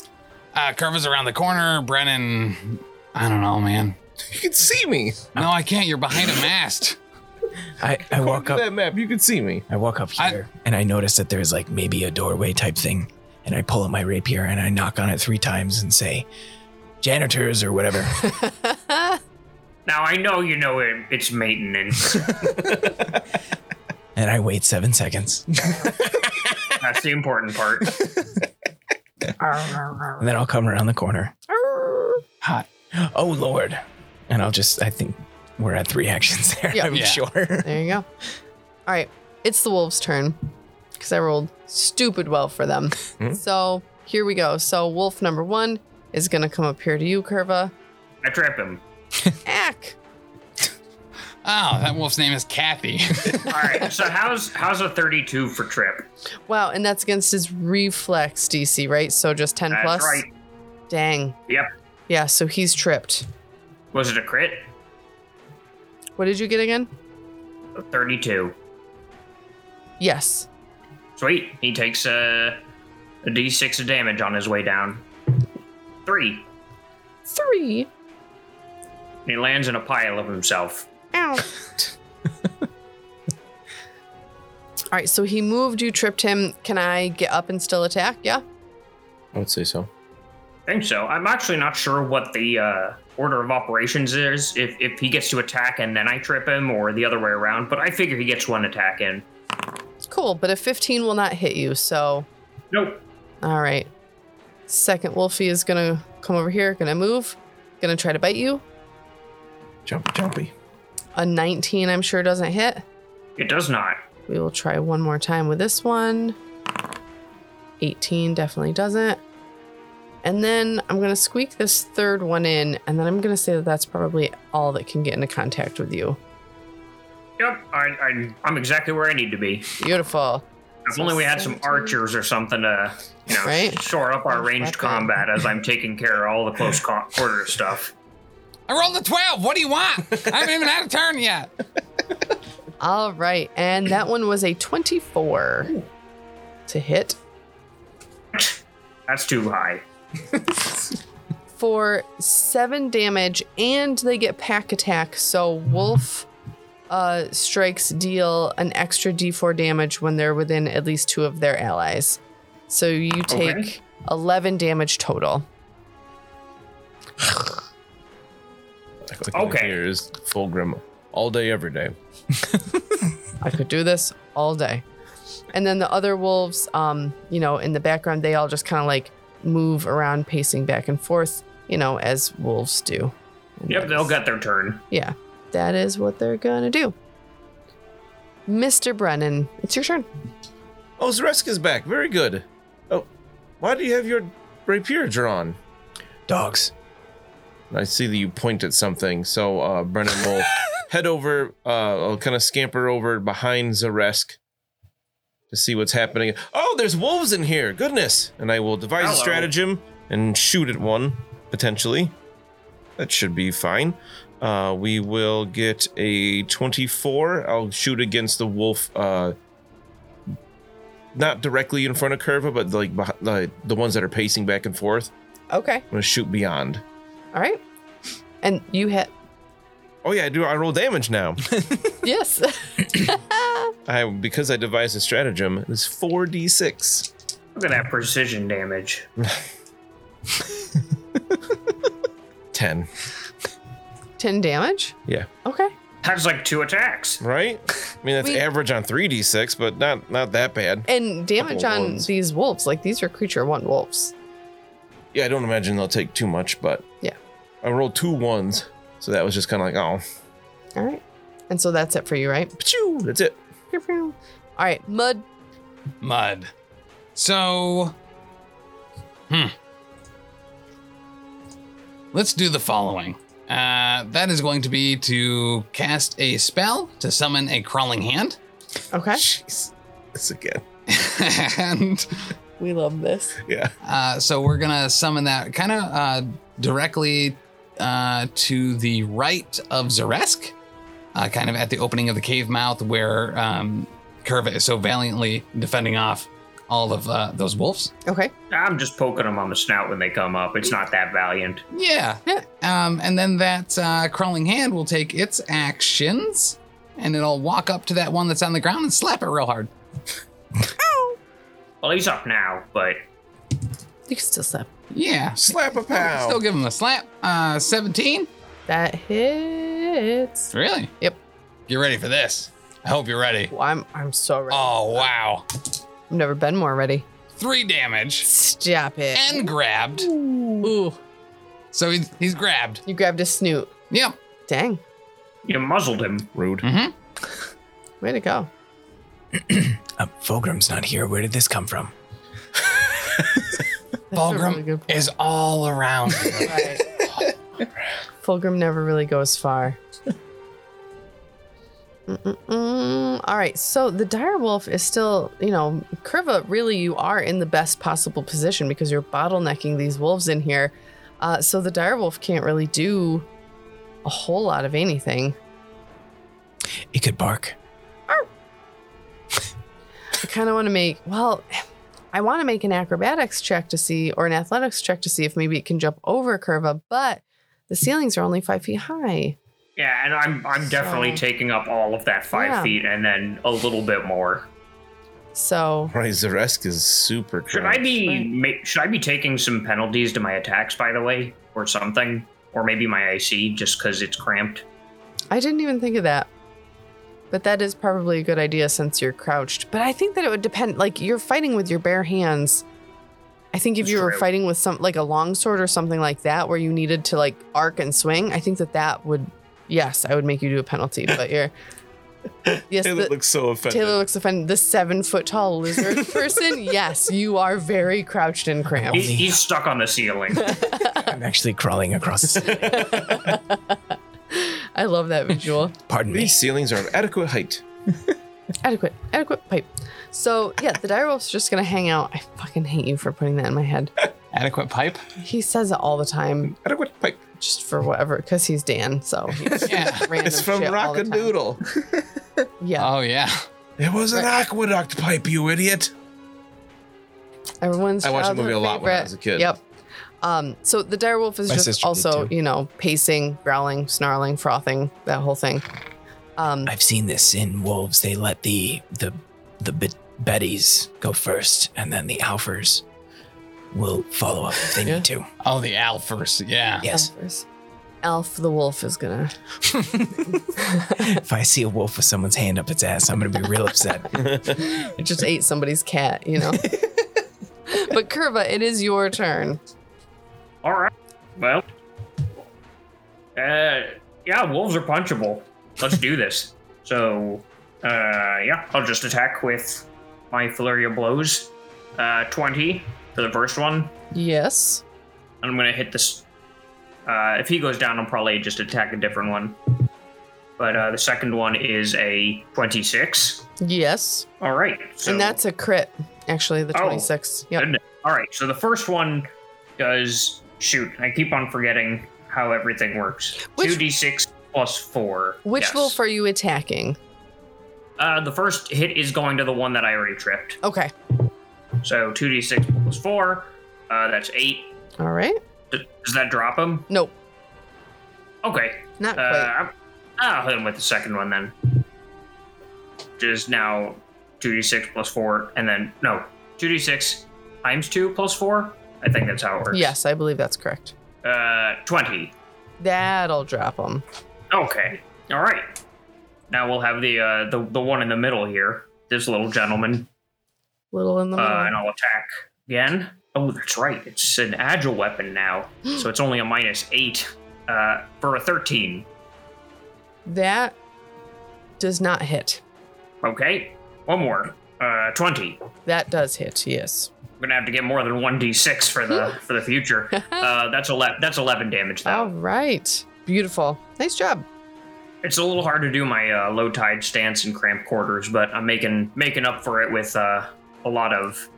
S2: Uh, Curva's around the corner. Brennan, I don't know, man.
S4: You can see me.
S2: No, I can't. You're behind a mast.
S7: I, I
S4: Walk
S7: walk up.
S4: that map. You can see me.
S7: I walk up
S2: I-
S7: here and I notice that there's like maybe a doorway type thing. And I pull up my rapier and I knock on it three times and say, janitors or whatever.
S5: Now I know you know it, it's maintenance.
S7: and I wait seven seconds.
S5: That's the important part.
S7: And then I'll come around the corner.
S2: Hot.
S7: Oh, Lord. And I'll just, I think we're at three actions there.
S3: Yeah.
S7: I'm
S2: Yeah.
S7: sure.
S3: There you go. All right. It's the wolves' turn because I rolled stupid well for them.
S4: Hmm.
S3: So here we go. So wolf number one is going to come up here to you, Curva.
S5: I trip him.
S3: Ack.
S2: Oh, that wolf's name is Kathy.
S5: All right. So how's how's a 32 for trip?
S3: Wow. And that's against his reflex DC, right? So just 10
S5: That's
S3: plus?
S5: right.
S3: Dang.
S5: Yep.
S3: Yeah. So he's tripped.
S5: Was it a crit?
S3: What did you get again?
S5: A 32.
S3: Yes.
S5: Sweet. He takes a, a d6 of damage on his way down. Three.
S3: Three.
S5: He lands in a pile of himself.
S3: Ow. All right, so he moved, you tripped him. Can I get up and still attack? Yeah.
S4: I would say so.
S5: I think so. I'm actually not sure what the uh, order of operations is. If if he gets to attack and then I trip him, or the other way around. But I figure he gets one attack in.
S3: Cool, but a 15 will not hit you, so
S5: Nope.
S3: all right. Second Wolfie is going to come over here, going to move, going to try to bite you.
S4: Jumpy, jumpy.
S3: A 19 I'm sure doesn't hit.
S5: It does not.
S3: We will try one more time with this one. 18 definitely doesn't. And then I'm going to squeak this third one in, and then I'm going to say that that's probably all that can get into contact with you.
S5: Yep. I, I I'm exactly where I need to be.
S3: Beautiful.
S5: If only we had some archers or something to, you know,
S3: Right?
S5: shore up our ranged
S3: Weapon.
S5: combat as I'm taking care of all the close co- quarter stuff.
S2: I rolled a 12. What do you want? I haven't even had a turn yet.
S3: All right. And that one was a 24 to hit
S5: That's too high.
S3: for seven damage, and they get pack attack. So Wolf uh, strikes deal an extra d4 damage when they're within at least two of their allies. So you take 11 damage total.
S4: Like, all I
S5: Okay.
S4: Here is Fulgrim all day, every day.
S3: I could do this all day. And then the other wolves, um, you know, in the background, they all just kind of like move around, pacing back and forth, you know, as wolves do. And
S5: Yep,
S3: that
S5: they'll
S3: is-
S5: get their turn.
S3: Yeah, that is what they're gonna do. Mr. Brennan, it's your turn.
S4: Oh, Zareska's back. Very good. Oh, why do you have your rapier drawn?
S7: Dogs.
S4: And I see that you point at something, so uh, Brennan will head over, uh, kind of scamper over behind Zaresk to see what's happening. Oh, there's wolves in here! Goodness! And I will devise a
S5: Hello.
S4: stratagem and shoot at one, potentially. That should be fine. Uh, we will get a 24. I'll shoot against the wolf, uh, not directly in front of Curva, but like behi- like the ones that are pacing back and forth.
S3: Okay,
S4: I'm gonna shoot beyond.
S3: all right. And you hit.
S4: Oh yeah, I do. I roll damage now.
S3: Yes.
S4: I because I devised a stratagem. It's four d six.
S5: Look at that precision damage.
S4: Ten.
S3: 10 damage?
S4: Yeah.
S3: Okay.
S5: That's like two attacks.
S4: Right? I mean that's
S3: We-
S4: average on three d six, but not not that bad.
S3: And damage
S4: Couple
S3: on
S4: ones.
S3: these wolves. Like these are creature one wolves.
S4: Yeah, I don't imagine they'll take too much, but
S3: Yeah.
S4: I rolled two ones, so that was just kind of like oh,
S3: All right. And so that's it for you, right?
S4: pachoo, that's it.
S3: Pew, pew. All right, mud.
S9: Mud.
S2: So, hmm. Let's do the following. Uh, that is going to be to cast a spell to summon a crawling hand.
S3: Okay.
S4: Jeez, this again.
S2: and
S3: We love this.
S4: Yeah.
S2: uh, so we're going to summon that kind of uh, directly uh, to the right of Zaresk, uh, kind of at the opening of the cave mouth where um, Curva is so valiantly defending off all of uh, those wolves.
S3: Okay.
S5: I'm just poking them on the snout when they come up. It's not that valiant.
S2: Yeah.
S3: Yeah.
S2: Um, and then that uh, crawling hand will take its actions and it'll walk up to that one that's on the ground and slap it real hard.
S5: Well, he's up now, but
S3: You can still slap.
S2: Yeah.
S4: Slap a pow.
S2: Still give him a slap. Uh, 17.
S3: That hits.
S2: Really?
S3: Yep.
S2: Get ready for this. I hope you're ready.
S3: Well, I'm I'm so ready.
S2: Oh, wow.
S3: I've never been more ready.
S2: Three damage
S3: Stop it.
S2: and grabbed.
S3: Ooh,
S2: So he's, he's grabbed.
S3: you grabbed his snoot.
S2: Yep.
S3: Dang.
S5: you muzzled him.
S4: Rude.
S3: Way to go.
S7: Uh, Fulgrim's not here. Where did this come from?
S3: That's a
S2: Fulgrim
S3: really good point.
S2: is all around.
S3: Right. Fulgrim never really goes far. Mm-mm-mm. All right, so the direwolf is still, you know, Curva. Really, you are in the best possible position because you're bottlenecking these wolves in here. Uh, so the direwolf can't really do a whole lot of anything.
S7: It could bark.
S3: I kind of want to make well, I want to make an acrobatics check to see or an athletics check to see if maybe it can jump over Curva, but the ceilings are only five feet high.
S5: Yeah, and I'm I'm definitely
S3: So-
S5: taking up all of that five
S3: Yeah.
S5: feet and then a little bit more.
S3: So
S4: Right, Zeresk is super.
S5: Should I
S4: drunk.
S5: be ma- should I be taking some penalties to my attacks, by the way, or something, or maybe my AC just because it's cramped?
S3: I didn't even think of that. But that is probably a good idea since you're crouched. But I think that it would depend. Like you're fighting with your bare hands. I think if
S5: That's
S3: you were
S5: true.
S3: fighting with some like a longsword or something like that, where you needed to like arc and swing, I think that that would. Yes, I would make you do a penalty. But you're. Yes,
S4: Taylor
S3: the-
S4: looks so offended.
S3: Taylor looks offended. The seven foot tall lizard person. yes, you are very crouched and
S5: He,
S3: cramped.
S7: Only-
S5: he's stuck on the ceiling.
S7: I'm actually crawling across the ceiling.
S3: I love that visual.
S7: Pardon me.
S4: These ceilings are of adequate height.
S3: adequate, adequate pipe. So yeah, the direwolf's just gonna hang out. I fucking hate you for putting that in my head.
S2: Adequate pipe.
S3: He says it all the time,
S4: Adequate pipe.
S3: just for whatever, because he's Dan. So he
S2: Yeah.
S3: random
S4: It's from
S3: shit all the time.
S4: Rockadoodle.
S3: Yeah,
S4: Uh,
S2: Oh yeah.
S4: It was an aqueduct pipe, you idiot.
S3: everyone's.
S4: I watched the
S3: childhood
S4: movie a lot when I
S3: favorite.
S4: was a kid.
S3: Yep. Um, so the direwolf is
S6: My
S3: just
S6: sister did
S3: also,
S6: too.
S3: you know, pacing, growling, snarling, frothing, that whole thing. Um,
S7: I've seen this in wolves. They let the the the bet- betties go first, and then the alfers will follow up if they
S3: Yeah.
S7: need to.
S2: Oh, the alphers. Yeah.
S7: Yes.
S3: Elfers. Alf the wolf is gonna.
S7: if I see a wolf with someone's hand up its ass, I'm gonna be real upset.
S3: It just ate somebody's cat, you know. but Curva, it is your turn.
S5: All right. Well, uh, yeah, wolves are punchable. Let's do this. So, uh, yeah, I'll just attack with my flurry of blows. Uh, twenty for the first one.
S3: Yes.
S5: I'm gonna hit this. Uh, if he goes down, I'll probably just attack a different one. But uh, the second one is a 26.
S3: Yes.
S5: All right. So,
S3: and that's a crit, actually, the
S5: Oh.
S3: 26. Yep.
S5: Goodness. all right. So the first one does shoot. I keep on forgetting how everything works.
S3: Which-
S5: Two d6 plus four.
S3: Which
S5: Yes.
S3: wolf are you attacking?
S5: Uh, the first hit is going to the one that I already tripped.
S3: Okay.
S5: So two d6 plus four. Uh, that's eight.
S3: All right.
S5: D- Does that drop him?
S3: Nope.
S5: Okay.
S3: Not
S5: Uh,
S3: quite.
S5: I'm- I'll hit him with the second one then. Just now 2d6 plus 4, and then, no, 2d6 times 2 plus 4. I think that's how it works.
S3: Yes, I believe that's correct.
S5: Uh, 20.
S3: That'll drop him.
S5: Okay. All right. Now we'll have the, uh, the, the one in the middle here, this little gentleman,
S3: Little in the
S5: uh,
S3: middle.
S5: and I'll attack again. Oh, that's right. It's an agile weapon now, so it's only a minus 8 uh, for a 13.
S3: that does not hit.
S5: Okay. One more. Uh, 20.
S3: That does hit, yes.
S5: We're gonna have to get more than one d6 for the for the future. Uh, that's eleven. That's eleven damage
S3: All
S5: though.
S3: right. Beautiful. Nice job.
S5: It's a little hard to do my uh, low tide stance and cramped quarters, but I'm making making up for it with uh, a lot of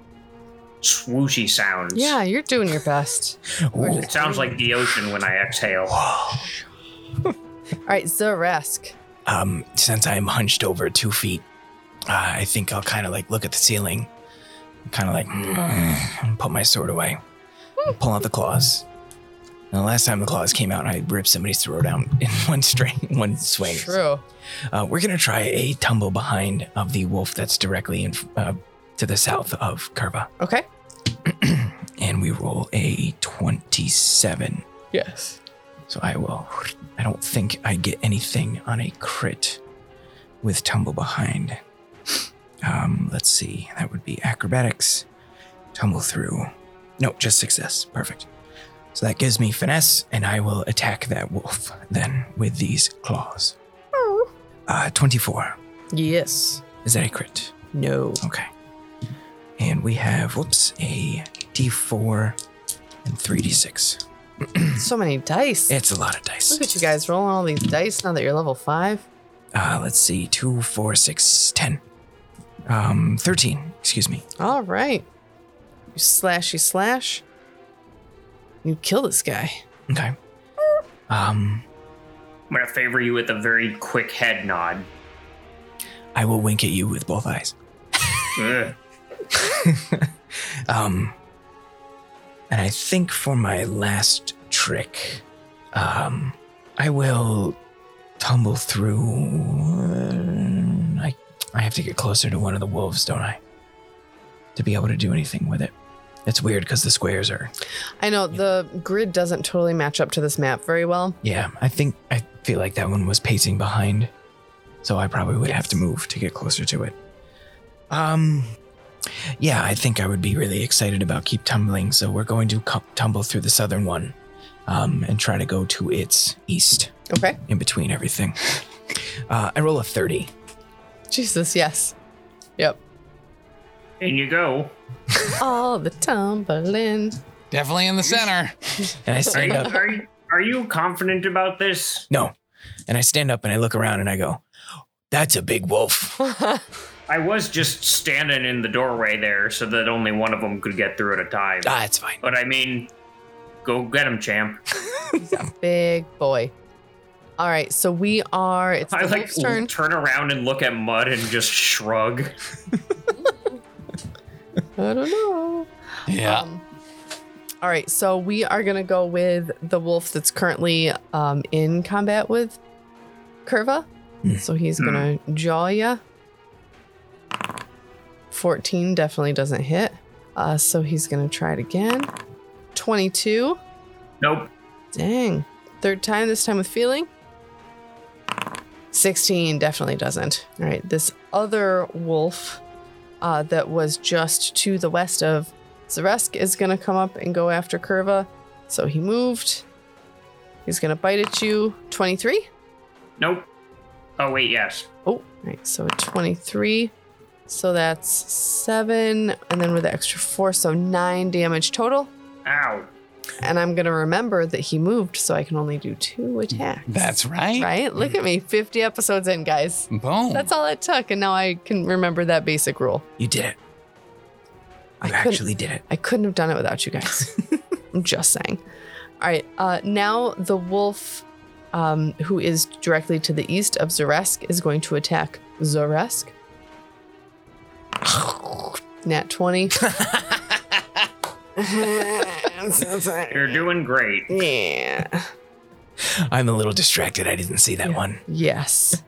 S5: swooshy sounds.
S3: Yeah, you're doing your best.
S5: It sounds like the ocean when I exhale.
S3: All right, Zaresk.
S7: Um, since I'm hunched over two feet, uh, I think I'll kind of like look at the ceiling, kind of like "Mm, and put my sword away, pull out the claws. And the last time the claws came out, I ripped somebody's throat out in one string, one swing.
S3: True.
S7: Uh, we're gonna try a tumble behind of the wolf that's directly in uh, to the south of Curva,
S3: Okay.
S7: and we roll a twenty-seven.
S3: Yes.
S7: So I will. I don't think I get anything on a crit with tumble behind. Um, let's see. That would be acrobatics, tumble through. No, just success. Perfect. So that gives me finesse, and I will attack that wolf then with these claws. Uh, twenty-four.
S3: Yes.
S7: Is that a crit?
S3: No.
S7: Okay. And we have, whoops, a d4 and 3d6.
S3: So many dice.
S7: It's a lot of dice.
S3: Look at you guys rolling all these dice now that you're level five.
S7: Uh, let's see, two, four, six, ten. Um, 13, excuse me.
S3: All right. You slash, you slash. You kill this guy.
S7: Okay. Um,
S5: I'm gonna favor you with a very quick head nod.
S7: I will wink at you with both eyes.
S5: Ugh.
S7: Um, and I think for my last trick, um, I will tumble uh, through. I, I have to get closer to one of the wolves, don't I? to be able to do anything with it. It's weird because the squares are.
S3: I know the grid doesn't totally match up to this map very well.
S7: Yeah, I think I feel like that one was pacing behind, so I probably would have to move to get closer to it. Um, yeah, I think I would be really excited about keep tumbling. So we're going to cu- tumble through the southern one, um, and try to go to its east
S3: Okay.
S7: in between everything. Uh, I roll a thirty.
S3: Jesus, yes. Yep.
S5: In you go.
S3: All the tumbling.
S2: Definitely in the center.
S7: And I
S5: Are
S7: stand
S5: you,
S7: up.
S5: are, you, are you confident about this?
S7: No. And I stand up and I look around and I go, that's a big wolf.
S5: I was just standing in the doorway there so that only one of them could get through at a time.
S7: Ah, it's fine.
S5: But I mean, go get him, champ.
S3: Big boy. All right, so we are. It's the
S5: I like
S3: wolf's turn.
S5: turn around and look at Mud and just shrug.
S3: I don't know.
S2: Yeah.
S3: Um, all right, so we are gonna go with the wolf that's currently um, in combat with Curva.
S7: Hmm.
S3: So he's gonna jaw ya. Fourteen definitely doesn't hit. Uh, so he's gonna try it again. Twenty-two.
S5: Nope.
S3: Dang. Third time, this time with feeling. 16 definitely doesn't. All right. This other wolf uh, that was just to the west of Zaresk is going to come up and go after Curva. So he moved. He's going to bite at you. 23.
S5: Nope. Oh, wait, yes.
S3: Oh, all right. So a 23. So that's seven. And then with the extra four, so nine damage total.
S5: Ow.
S3: And I'm going to remember that he moved, so I can only do two attacks.
S2: That's right.
S3: Right? Look at me. 50 episodes in, guys.
S2: Boom.
S3: That's all it took. And now I can remember that basic rule.
S7: You did it.
S3: I
S7: You
S3: couldn't-
S7: actually did it.
S3: I couldn't have done it without you guys. I'm just saying. All right. Uh, now the wolf, um, who is directly to the east of Zaresk, is going to attack Zaresk. Nat 20.
S5: You're doing great.
S3: yeah.
S7: I'm a little distracted. I didn't see that
S3: Yeah.
S7: one.
S3: Yes.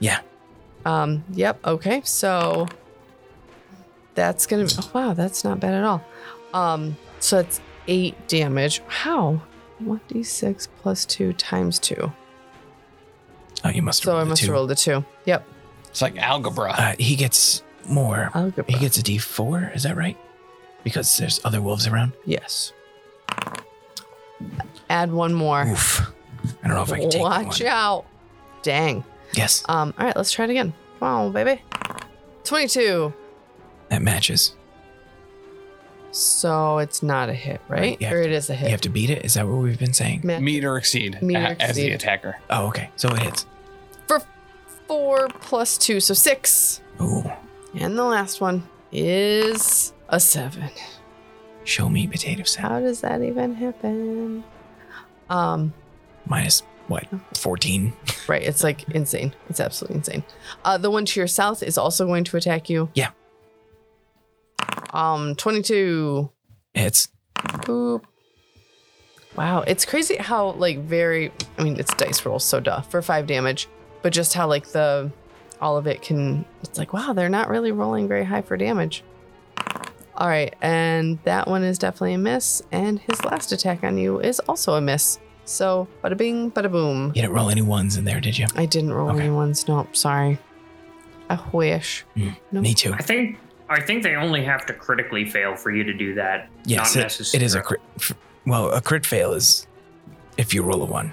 S7: Yeah.
S3: Um, yep, okay. So that's gonna be oh, wow, that's not bad at all. Um, so that's eight damage. How? 1d6 plus two times two.
S7: Oh, you must
S3: So
S7: roll
S3: I
S7: the
S3: must
S7: two.
S3: roll the two. Yep.
S2: It's like algebra.
S7: Uh, he gets more.
S3: I'll go
S7: He gets a D4. Is that right? Because there's other wolves around.
S3: yes. Add one more.
S7: Oof. I don't know if I can take that
S3: Watch
S7: one.
S3: out. Dang.
S7: Yes,
S3: Um, all right, let's try it again. Come on, baby. 22.
S7: that matches.
S3: So it's not a hit, right?
S7: Right, you have
S3: Or it is a hit.
S7: You have to beat it. Is that what we've been saying?
S3: Matt,
S2: Meet or exceed
S3: Meet or
S2: a- as the
S3: Uh, exceed.
S2: attacker.
S7: Oh, okay. So it hits.
S3: Four plus two, so six.
S7: Ooh,
S3: And the last one is a seven.
S7: show me potato salad.
S3: How does that even happen? Um,
S7: Minus what?
S3: uh,
S7: 14.
S3: right, it's like insane. It's absolutely insane. Uh, the one to your south is also going to attack you.
S7: Yeah.
S3: Um, 22.
S7: Hits.
S3: Boop. Wow, it's crazy how like very I mean it's dice roll, so duh, for five damage. But just how like the all of it can it's like, wow, they're not really rolling very high for damage. Alright, and that one is definitely a miss, and his last attack on you is also a miss. So bada bing, bada boom.
S7: You didn't roll any ones in there, did you?
S3: I didn't roll
S7: Okay.
S3: any ones, nope, sorry. I wish. Nope.
S7: Me too.
S5: I think I think they only have to critically fail for you to do that.
S7: Yes,
S5: not
S7: it, it
S5: necessary.
S7: is a crit. f- Well, a crit fail is if you roll a one.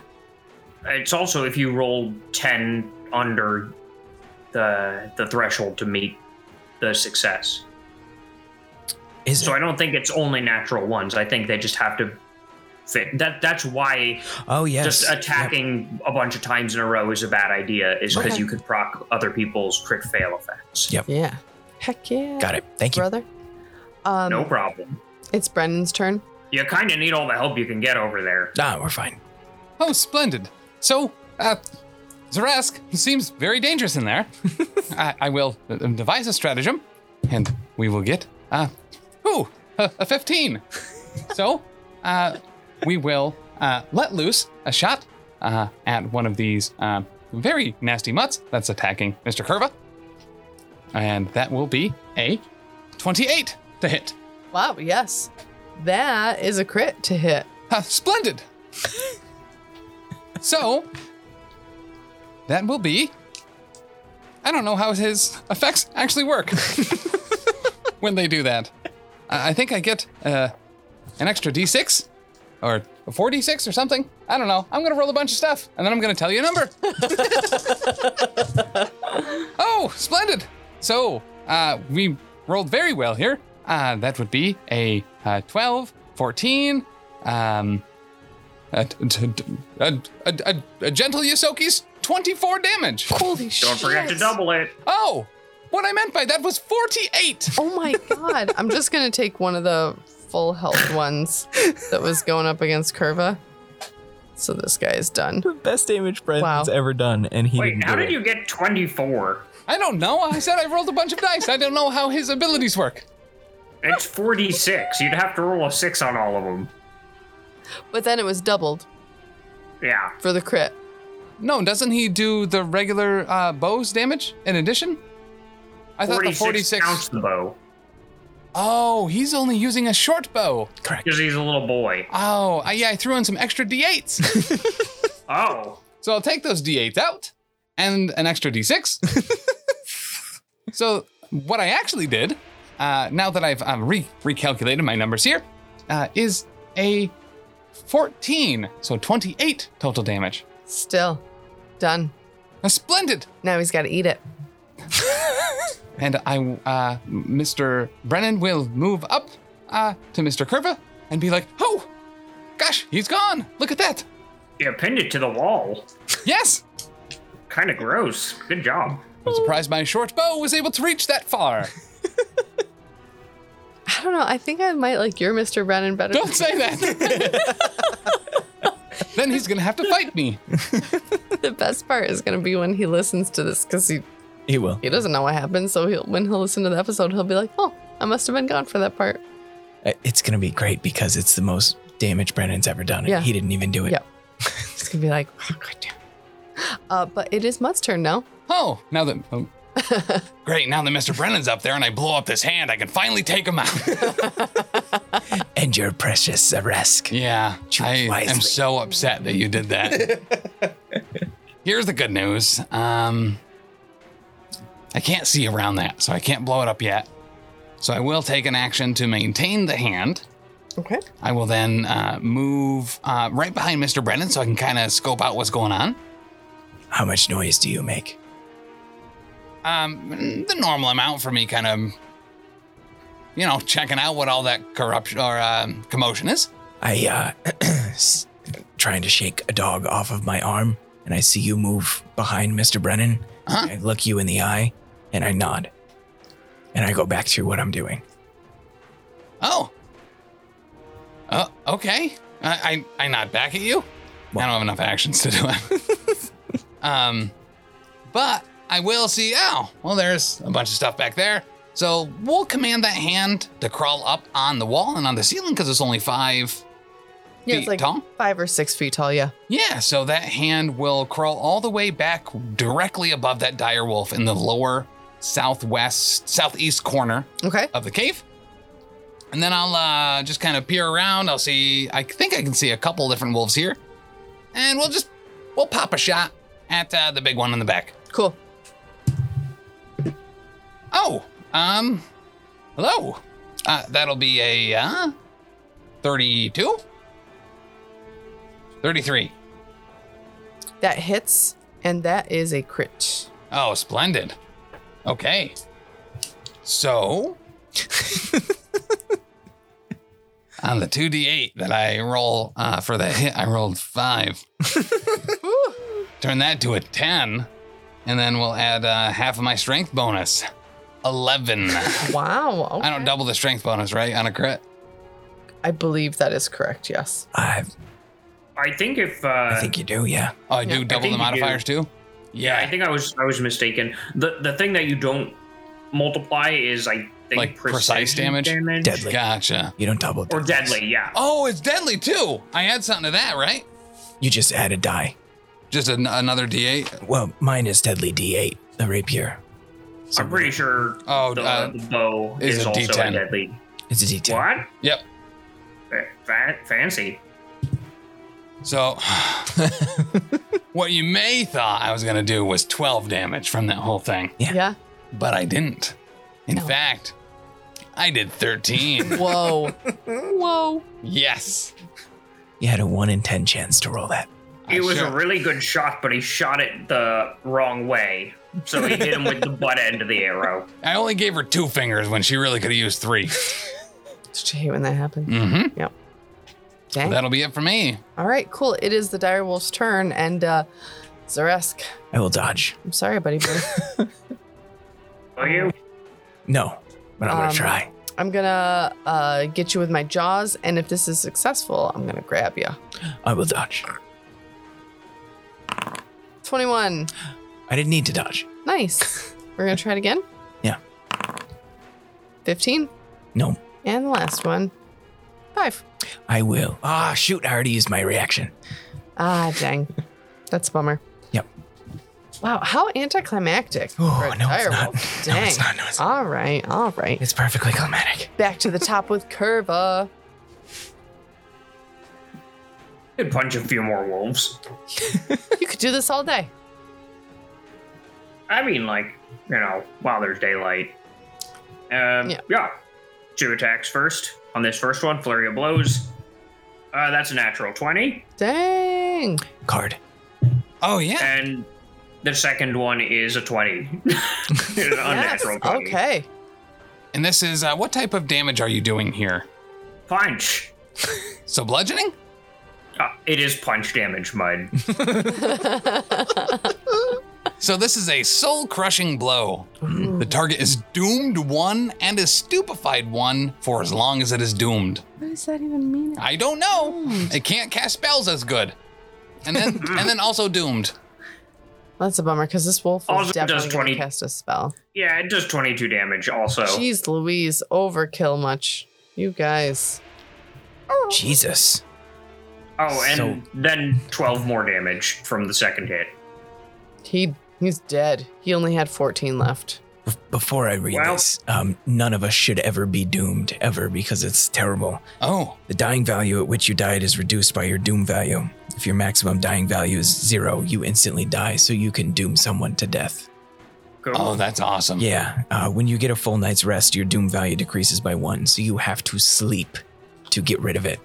S5: It's also if you roll ten under the the threshold to meet the success.
S7: Is
S5: So
S7: it?
S5: I don't think it's only natural ones. I think they just have to fit. That that's why
S7: Oh, yes.
S5: just attacking a bunch of times in a row is a bad idea. Is because
S3: Okay.
S5: you could proc other people's crit fail effects.
S7: Yep.
S3: Yeah. Heck yeah.
S7: Yep. Got it. Thank you.
S3: Brother. Um
S5: No problem.
S3: it's Brendan's turn.
S5: You kind of need all the help you can get over there.
S7: Ah, we're fine.
S2: Oh, splendid. So, uh, Zarask seems very dangerous in there. I, I will uh, devise a stratagem, and we will get, uh, ooh, a, a 15. so, uh, we will uh, let loose a shot uh, at one of these uh, very nasty mutts that's attacking Mr. Curva. And that will be a 28 to hit.
S3: Wow, yes. That is a crit to hit.
S2: Ha, splendid. so, that will be. I don't know how his effects actually work when they do that. I I think I get uh, an extra d6 or a 4d6 or something. I don't know. I'm going to roll a bunch of stuff and then I'm going to tell you a number. oh, splendid. So, uh, we rolled very well here. Uh, that would be a uh, 12, 14, um, a, a, a, a, a gentle Yosoki's 24 damage.
S3: Holy shit.
S5: Don't forget to double it.
S2: Oh, what I meant by that was 48.
S3: Oh my god. I'm just going to take one of the full health ones that was going up against Curva. So this guy is done.
S6: Best damage Brandon's
S3: Wow.
S6: ever done, and he
S5: Wait,
S6: didn't
S5: how
S6: do
S5: did
S6: it.
S5: you get 24?
S2: I don't know. I said I rolled a bunch of dice. I don't know how his abilities work.
S5: It's 46. You'd have to roll a 6 on all of them.
S3: But then it was doubled
S5: Yeah.
S3: for the crit.
S2: No, doesn't he do the regular uh, bow's damage in addition? I thought the
S5: 46,
S2: 46.
S5: counts the bow
S2: Oh, he's only using a short bow.
S5: because he's a little boy.
S2: Oh, I, yeah, I threw in some extra d8s.
S5: Oh,
S2: so I'll take those d8s out and an extra d6. so what I actually did, uh, now that I've um, re- recalculated my numbers here, uh, is a 14, so 28 total damage.
S3: Still done.
S2: Uh, splendid.
S3: Now he's got to eat it.
S2: And I, uh, Mr. Brennan will move up uh, to Mr. Curva and be like, oh, gosh, he's gone. Look at that.
S5: you pinned it to the wall.
S2: Yes.
S5: Kind of gross. Good job.
S2: I'm surprised my short bow was able to reach that far.
S3: I don't know. I think I might like your Mr. Brennan better.
S2: Don't say that. then he's going to have to fight me.
S3: The best part is going to be when he listens to this because he,
S6: He will.
S3: he doesn't know what happened. So he'll, when he'll listen to the episode, he'll be like, oh, I must have been gone for that part.
S7: Uh, It's gonna be great because it's the most damage Brennan's ever done, and
S3: Yeah.
S7: he didn't even do it.
S3: Yeah. He's going to be like, oh, God damn. Uh, but it is Mutt's turn now.
S2: Oh, now that. Oh. Great, now that Mr. Brennan's up there and I blow up his hand, I can finally take him out.
S7: And your precious Zaresk.
S2: Yeah, I am
S7: wisely.
S2: so upset that you did that. Here's the good news. Um, I can't see around that, so I can't blow it up yet. So I will take an action to maintain the hand.
S3: Okay.
S2: I will then uh, move uh, right behind Mr. Brennan so I can kind of scope out what's going on.
S7: How much noise do you make?
S2: Um, the normal amount for me, kind of, you know, checking out what all that corruption or um commotion is.
S7: I uh s- trying to shake a dog off of my arm, and I see you move behind Mr. Brennan.
S2: Huh?
S7: I look you in the eye and I nod. And I go back to what I'm doing.
S2: Oh. Oh, okay. I, I, I nod back at you. I don't have enough actions to do it. um, but I will see. Oh, well, there's a bunch of stuff back there. So we'll command that hand to crawl up on the wall and on the ceiling because it's only five
S3: Yeah,
S2: feet
S3: it's like
S2: tall.
S3: five or six feet tall. Yeah.
S2: Yeah, so that hand will crawl all the way back directly above that dire wolf in the lower southwest, southeast corner
S3: Okay.
S2: of the cave. And then I'll uh, just kind of peer around. I'll see, I think I can see a couple different wolves here. And we'll just, we'll pop a shot at uh, the big one in the back.
S3: Cool.
S2: Oh, um, hello. Uh, that'll be a uh, 32? 33.
S3: That hits, and that is a crit.
S2: Oh, splendid. Okay. So. on the 2d8 that I roll uh, for the hit, I rolled five. Turn that to a 10. And then we'll add uh, half of my strength bonus 11. I
S3: Wow. okay.
S2: don't double the strength bonus, right? On a crit?
S3: I believe that is correct. Yes.
S7: I,
S5: I think if uh,
S7: I think you do, yeah.
S2: Oh, I do
S3: Yeah.
S2: double
S5: I
S2: the
S5: think you do.
S2: modifiers too?
S5: yeah, I think I was I was mistaken. The the thing that you don't multiply is I think
S2: Like precise
S5: precision
S2: damage?
S7: Deadly.
S2: Gotcha.
S7: You don't double
S5: or
S7: deadlies.
S5: deadly. Yeah.
S2: Oh, it's deadly too. I add something to that, right?
S7: You just add a die.
S2: Just an- another d8.
S7: Well, mine is deadly D8, the rapier.
S5: I'm pretty sure
S2: Oh,
S5: the,
S2: uh,
S5: the bow
S2: is
S5: is,
S2: a
S5: also
S2: D10.
S5: a deadly.
S7: It's a D10.
S5: What?
S2: Yep.
S5: Fa- fa- fancy.
S10: So,
S2: what you may thought I was gonna do was 12 damage from that whole thing,
S3: Yeah.
S2: but I didn't. In fact, I did 13.
S3: Whoa. Whoa.
S2: yes.
S7: You had a 1 in 10 chance to roll that.
S2: I
S5: It was
S2: sure-
S5: a really good shot, but he shot it the wrong way. So he hit him with the butt end of the arrow.
S2: I only gave her two fingers when she really could have used three.
S3: Such a hate when that happens.
S2: Mm-hmm.
S3: Dang.
S2: That'll be it for me.
S3: All right, cool. It is the direwolf's turn, and uh, Zaresk,
S7: I will dodge.
S3: I'm sorry, buddy, but
S5: Are you?
S7: No, but I'm going
S3: Um,
S7: to try.
S3: I'm gonna uh, get you with my jaws, and if this is successful, I'm gonna grab you.
S7: I will dodge.
S3: 21.
S7: I didn't need to dodge.
S3: Nice. We're gonna try it again.
S7: Yeah.
S3: 15.
S7: No,
S3: And the last one. Five.
S7: I will. Ah, shoot, I already used my reaction.
S3: Ah, dang. That's a bummer.
S7: Yep.
S3: Wow, how anticlimactic.
S7: Oh,
S3: for a
S7: no, it's not.
S3: direwolf.
S7: No,
S3: Dang.
S7: it's not. No, it's not.
S3: All right, all right.
S7: It's perfectly climatic.
S3: Back to the top with Curva.
S5: Could punch a few more wolves.
S3: You could do this all day.
S5: I mean, like, you know, while there's daylight. Um,
S3: Yeah.
S5: yeah. Two attacks first. On this first one, flurry of blows. Uh, that's a natural 20.
S3: Dang.
S7: Card.
S2: Oh, yeah.
S5: And the second one is a 20. An unnatural 20.
S3: Okay.
S2: And this is uh, what type of damage are you doing here?
S5: Punch.
S2: So, bludgeoning?
S5: Uh, it is punch damage, Mud.
S2: So, this is a soul crushing blow. The target is doomed one and is stupefied one for as long as it is doomed.
S3: What does that even mean?
S2: I don't know. It can't cast spells as good. And then and then also doomed.
S3: That's a bummer because this wolf
S5: Also
S3: was
S5: does
S3: definitely going
S5: 20
S3: to cast a spell.
S5: yeah, it does 22 damage also.
S3: Jeez Louise, overkill much. You guys.
S7: Jesus.
S5: Oh, and
S7: So-
S5: then 12 more damage from the second hit.
S3: He he's dead. He only had 14 left.
S7: Bef- Before I read
S5: Well-
S7: this, um, none of us should ever be doomed, ever, because it's terrible.
S2: Oh,
S7: The dying value at which you died is reduced by your doom value. If your maximum dying value is zero, you instantly die, so you can doom someone to death.
S5: Cool.
S2: oh, that's awesome.
S7: Yeah, uh, when you get a full night's rest, your doom value decreases by one, so you have to sleep to get rid of it.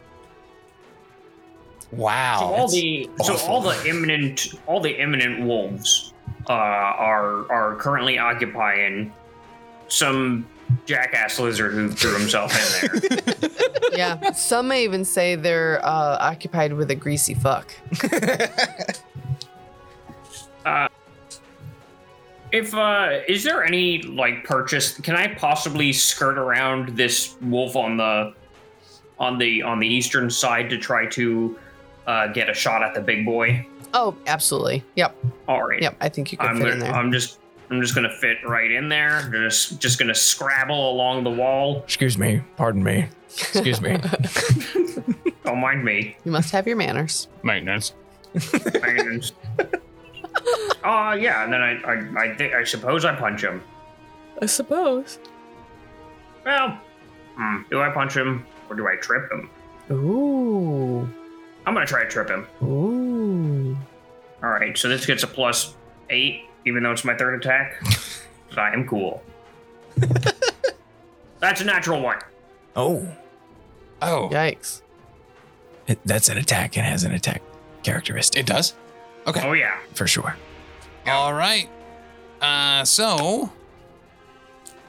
S5: So
S2: Wow.
S5: all the so all the imminent all the imminent wolves uh, are are currently occupying some jackass lizard who threw himself in there.
S3: Yeah. Some may even say they're uh, occupied with a greasy fuck.
S5: if uh, is there any like purchase? Can I possibly skirt around this wolf on the on the on the eastern side to try to uh, get a shot at the big boy?
S3: Oh, absolutely. Yep.
S5: All right.
S3: Yep. I think you can
S5: I'm
S3: fit in
S5: gonna,
S3: there.
S5: I'm just I'm just gonna fit right in there. Just just gonna scrabble along the wall.
S7: Excuse me, pardon me. Excuse me.
S5: Don't mind me.
S3: you must have your manners.
S10: maintenance.
S5: Titans. uh, yeah, and then I, I, I, thi- I suppose I punch him.
S3: I suppose.
S5: Well, hmm, do I punch him or do I trip him?
S3: Ooh.
S5: I'm gonna try to trip him.
S3: Ooh.
S5: All right, so this gets a plus eight, even though it's my third attack. so I am cool. That's a natural one.
S7: Oh,
S2: oh,
S3: Yikes.
S7: it- that's an attack. It has an attack characteristic
S2: it does.
S5: Oh yeah,
S7: for sure.
S2: All right. Uh, so,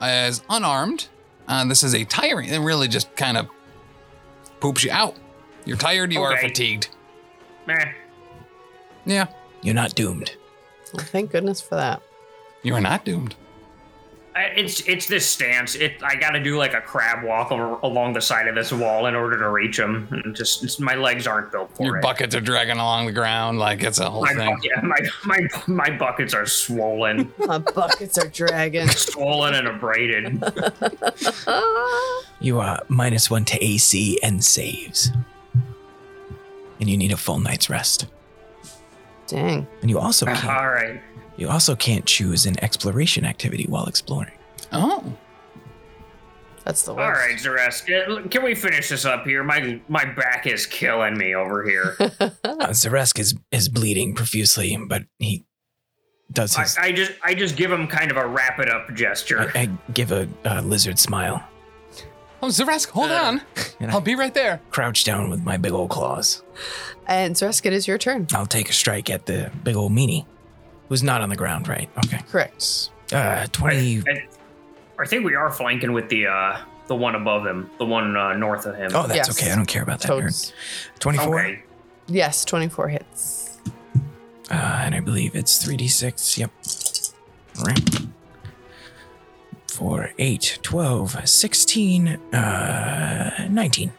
S2: as unarmed, uh, this is a tiring. It really just kind of poops you out. You're tired. You are
S5: Okay.
S2: fatigued.
S5: meh.
S2: Yeah,
S7: You're not doomed.
S3: Well, thank goodness for that.
S2: you are not doomed.
S5: I- It's it's this stance. It I gotta do like a crab walk al- along the side of this wall in order to reach him. And just it's, my legs aren't built for
S2: Your
S5: it.
S2: buckets are dragging along the ground like it's a whole
S5: my,
S2: thing.
S5: bu- yeah, my, my, my buckets are swollen,
S3: My buckets are dragging.
S5: swollen and abraded.
S3: Ah.
S7: You are minus one to AC and saves. And you need a full night's rest.
S3: Dang.
S7: And you also can't,
S5: Uh-huh. All right.
S7: You also can't choose an exploration activity while exploring.
S2: Oh.
S3: That's the worst.
S5: All right, Zaresk, can we finish this up here? My my back is killing me over here.
S7: Uh, Zaresk is, is bleeding profusely, but he does
S5: I,
S7: his.
S5: I just I just give him kind of a wrap it up gesture.
S7: I, I give a, uh lizard smile,
S2: Oh, Zaresk, hold on.
S7: and I-
S2: I'll be right there.
S7: crouch down with my big old claws.
S3: And Zeresk, it is your turn.
S7: I'll take a strike at the big old meanie, who's not on the ground, right? Okay.
S3: Correct.
S7: Uh, 20.
S5: I, I think we are flanking with the uh the one above him, the one uh, north of him.
S7: Oh, that's
S3: Yes.
S7: okay. I don't care about that. nerd.
S3: Toads.
S7: 24.
S5: okay.
S3: Yes, 24 hits.
S7: Uh, and I believe it's 3d6. Yep. Right. 4, 8, 12, 16, uh, 19.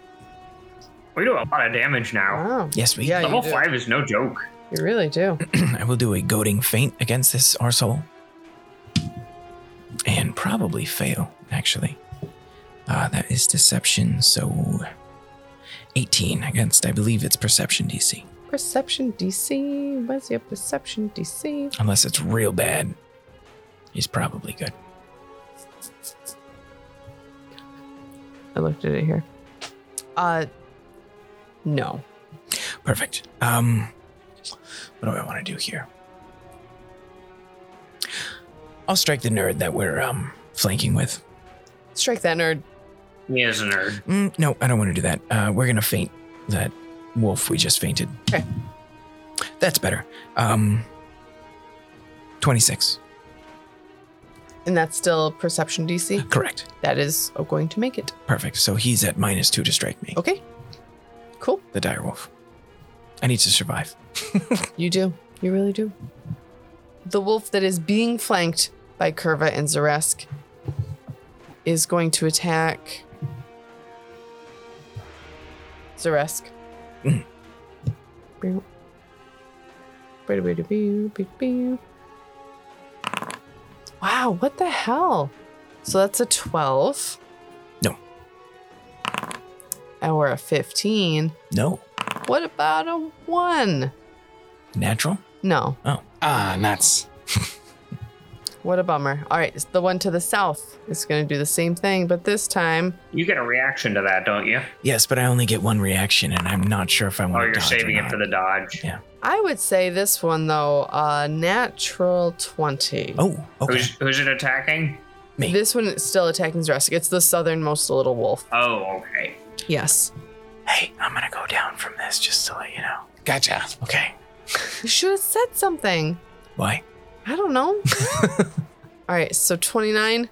S5: We do a lot of damage now.
S3: Wow.
S7: Yes, we
S3: Yeah,
S5: Level
S3: do.
S5: five is no joke.
S3: You really do.
S7: I will do a goading feint against this arsehole. And probably fail, actually. Uh, that is deception, so 18 against, I believe it's perception DC.
S3: Perception DC. What's your perception DC?
S7: Unless it's real bad, he's probably good.
S3: I looked at it here. Uh, no.
S7: Perfect. Um, what do I want to do here? I'll strike the nerd that we're um flanking with.
S3: Strike that nerd.
S5: He is a nerd.
S7: Mm, no, I don't want to do that. Uh, we're gonna faint that wolf we just fainted.
S3: Okay.
S7: That's better. Um, twenty-six.
S3: And that's still perception DC.
S7: Correct.
S3: That is going to make it.
S7: Perfect. So he's at minus two to strike me.
S3: Okay. Cool.
S7: The dire wolf. I need to survive.
S3: You do. You really do. The wolf that is being flanked by Curva and Zaresk is going to attack Zaresk.
S7: Mm.
S3: Boop. Boop-a-boop-a-boop, boop-boop. Wow, what the hell? So that's a 12.
S7: No.
S3: Or a 15.
S7: No.
S3: What about a 1?
S7: Natural.
S3: No.
S2: Ah, nuts.
S3: What a bummer. All right, the one to the south is going to do the same thing, but this time,
S5: You get a reaction to that, don't you?
S7: Yes, but I only get one reaction, and I'm not sure if I want
S5: Oh,
S7: to.
S5: you're saving it for the dodge.
S3: I would say this one though, uh, natural 20.
S7: Oh, okay.
S5: Who's who's it attacking?
S7: me.
S3: This one is still attacking Zresk. It's the southernmost little wolf.
S5: Oh, okay.
S3: Yes.
S7: Hey, I'm gonna go down from this just to let you know.
S2: Gotcha.
S7: Okay.
S3: You should have said something.
S7: Why?
S3: I don't know. All right, so 29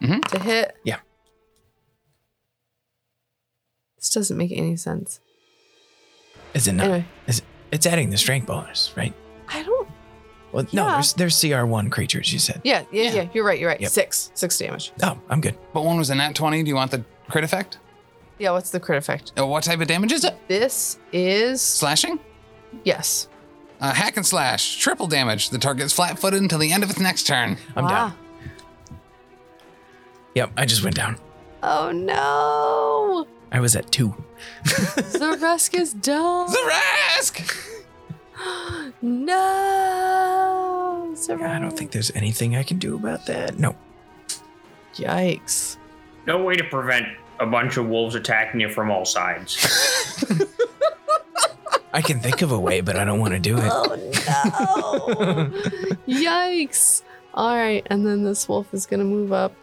S2: Mhm.
S3: to hit.
S7: Mm-hmm. Yeah.
S3: This doesn't make any sense.
S7: Is it not?
S3: Anyway,
S7: It's adding the strength bonus, right?
S3: I don't.
S7: Well, no,
S3: Yeah.
S7: there's, there's CR1 creatures, you said.
S3: Yeah, yeah, yeah.
S2: Yeah.
S3: You're right. You're right.
S7: Yep.
S3: Six. Six damage.
S7: Oh, I'm good.
S2: But one was a nat 20. Do you want the crit effect?
S3: Yeah, what's the crit effect?
S2: Uh, What type of damage is it?
S3: This is.
S2: Slashing?
S3: Yes.
S2: Uh, hack and slash. Triple damage. The target's flat footed until the end of its next turn.
S7: I'm down.
S3: Ah.
S7: Yep, I just went down.
S3: Oh no!
S7: I was at two.
S3: Zaresk is done.
S2: Zarask!
S3: No, Zaresk.
S7: I don't think there's anything I can do about that. No.
S3: Yikes!
S5: No way to prevent a bunch of wolves attacking you from all sides.
S7: I can think of a way, but I don't want to do it.
S3: Oh no! Yikes! All right, and then this wolf is gonna move up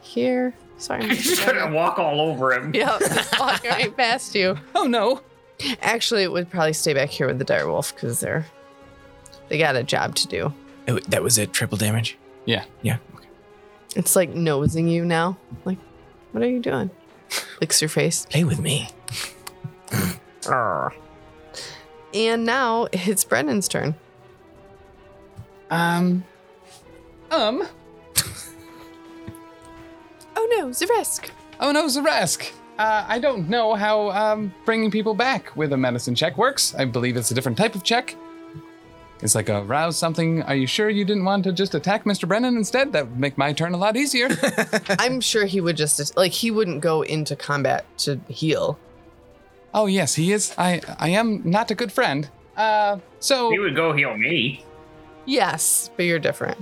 S3: here. Sorry.
S5: You're just gonna walk all over him.
S3: Yep, just walking right past you.
S2: Oh no.
S3: Actually, it would probably stay back here with the dire wolf because they're they got a job to do.
S7: It wa- that was it, triple damage.
S3: It's like nosing you now. Like, what are you doing? Licks your face.
S7: Play with me.
S3: And now it's Brennan's turn.
S2: Um. Um.
S3: Oh no, Zaresk.
S2: Oh no, Zaresk. Uh, I don't know how um, bringing people back with a medicine check works. I believe it's a different type of check. It's like a rouse something. Are you sure you didn't want to just attack Mr. Brennan instead? That would make my turn a lot easier.
S3: I'm sure he would just like he wouldn't go into combat to heal.
S2: oh yes, he is. I I am not a good friend. Uh, so
S5: He would go heal me.
S3: Yes, but you're different.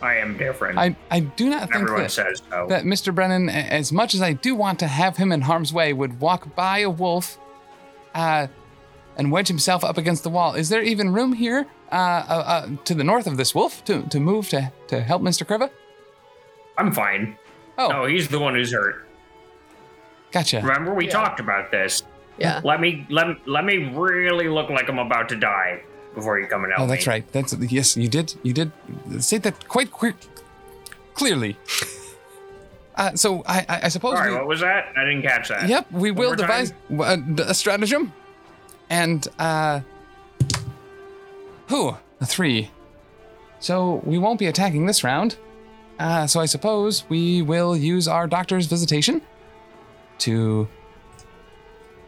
S5: I am different.
S2: I, I do not think
S5: Everyone
S2: that,
S5: says so.
S2: that Mr. Brennan, a- as much as I do want to have him in harm's way, would walk by a wolf uh, and wedge himself up against the wall. Is there even room here uh, uh, uh, to the north of this wolf to, to move to, to help Mr. Kriva?
S5: I'm fine.
S2: Oh.
S5: No, he's the one who's hurt.
S2: Gotcha.
S5: Remember we
S3: Yeah.
S5: talked about this.
S3: Yeah.
S5: Let me let let me really look like I'm about to die before you come and help
S2: Oh, that's
S5: me.
S2: right. That's yes, you did. You did say that quite quick, clearly. Uh, so I, I, I suppose.
S5: Sorry,
S2: we-
S5: what was that? I didn't catch that.
S2: Yep, we will
S5: more
S2: devise a, a stratagem, and uh, who a three. So we won't be attacking this round. Uh, so I suppose we will use our doctor's visitation to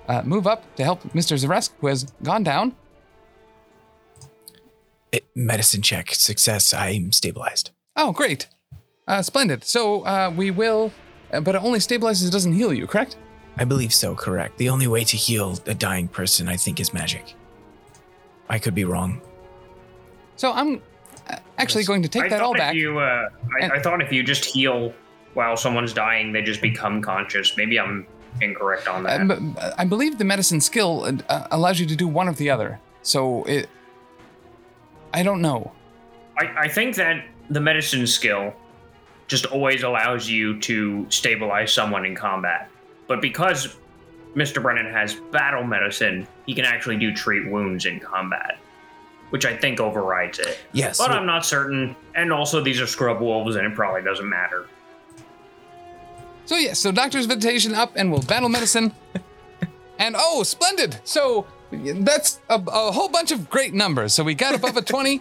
S2: uh, move up to help Mr. Zaresk, who has gone down.
S7: It- medicine check success. I'm stabilized.
S2: Oh, great. Uh, splendid. So uh, we will, uh, but it only stabilizes, it doesn't heal you, correct?
S7: I believe so. Correct. The only way to heal a dying person, I think, is magic. I could be wrong.
S2: So I'm uh, actually going to take
S5: I
S2: that all
S5: thought if
S2: back.
S5: You, uh, I,
S2: And-
S5: I thought if you just heal while someone's dying, they just become conscious. Maybe I'm incorrect on that.
S2: Uh, but, uh, I believe the medicine skill uh, uh, allows you to do one of the other. So it. I don't know.
S5: I, I think that the medicine skill just always allows you to stabilize someone in combat. But because Mr. Brennan has battle medicine, he can actually do treat wounds in combat, which I think overrides it.
S7: Yes.
S5: But I'm not certain. And also, these are scrub wolves, and it probably doesn't matter.
S2: So yeah, so doctor's visitation up, and we'll battle medicine. and oh, splendid! So that's a, a whole bunch of great numbers. So we got above a twenty.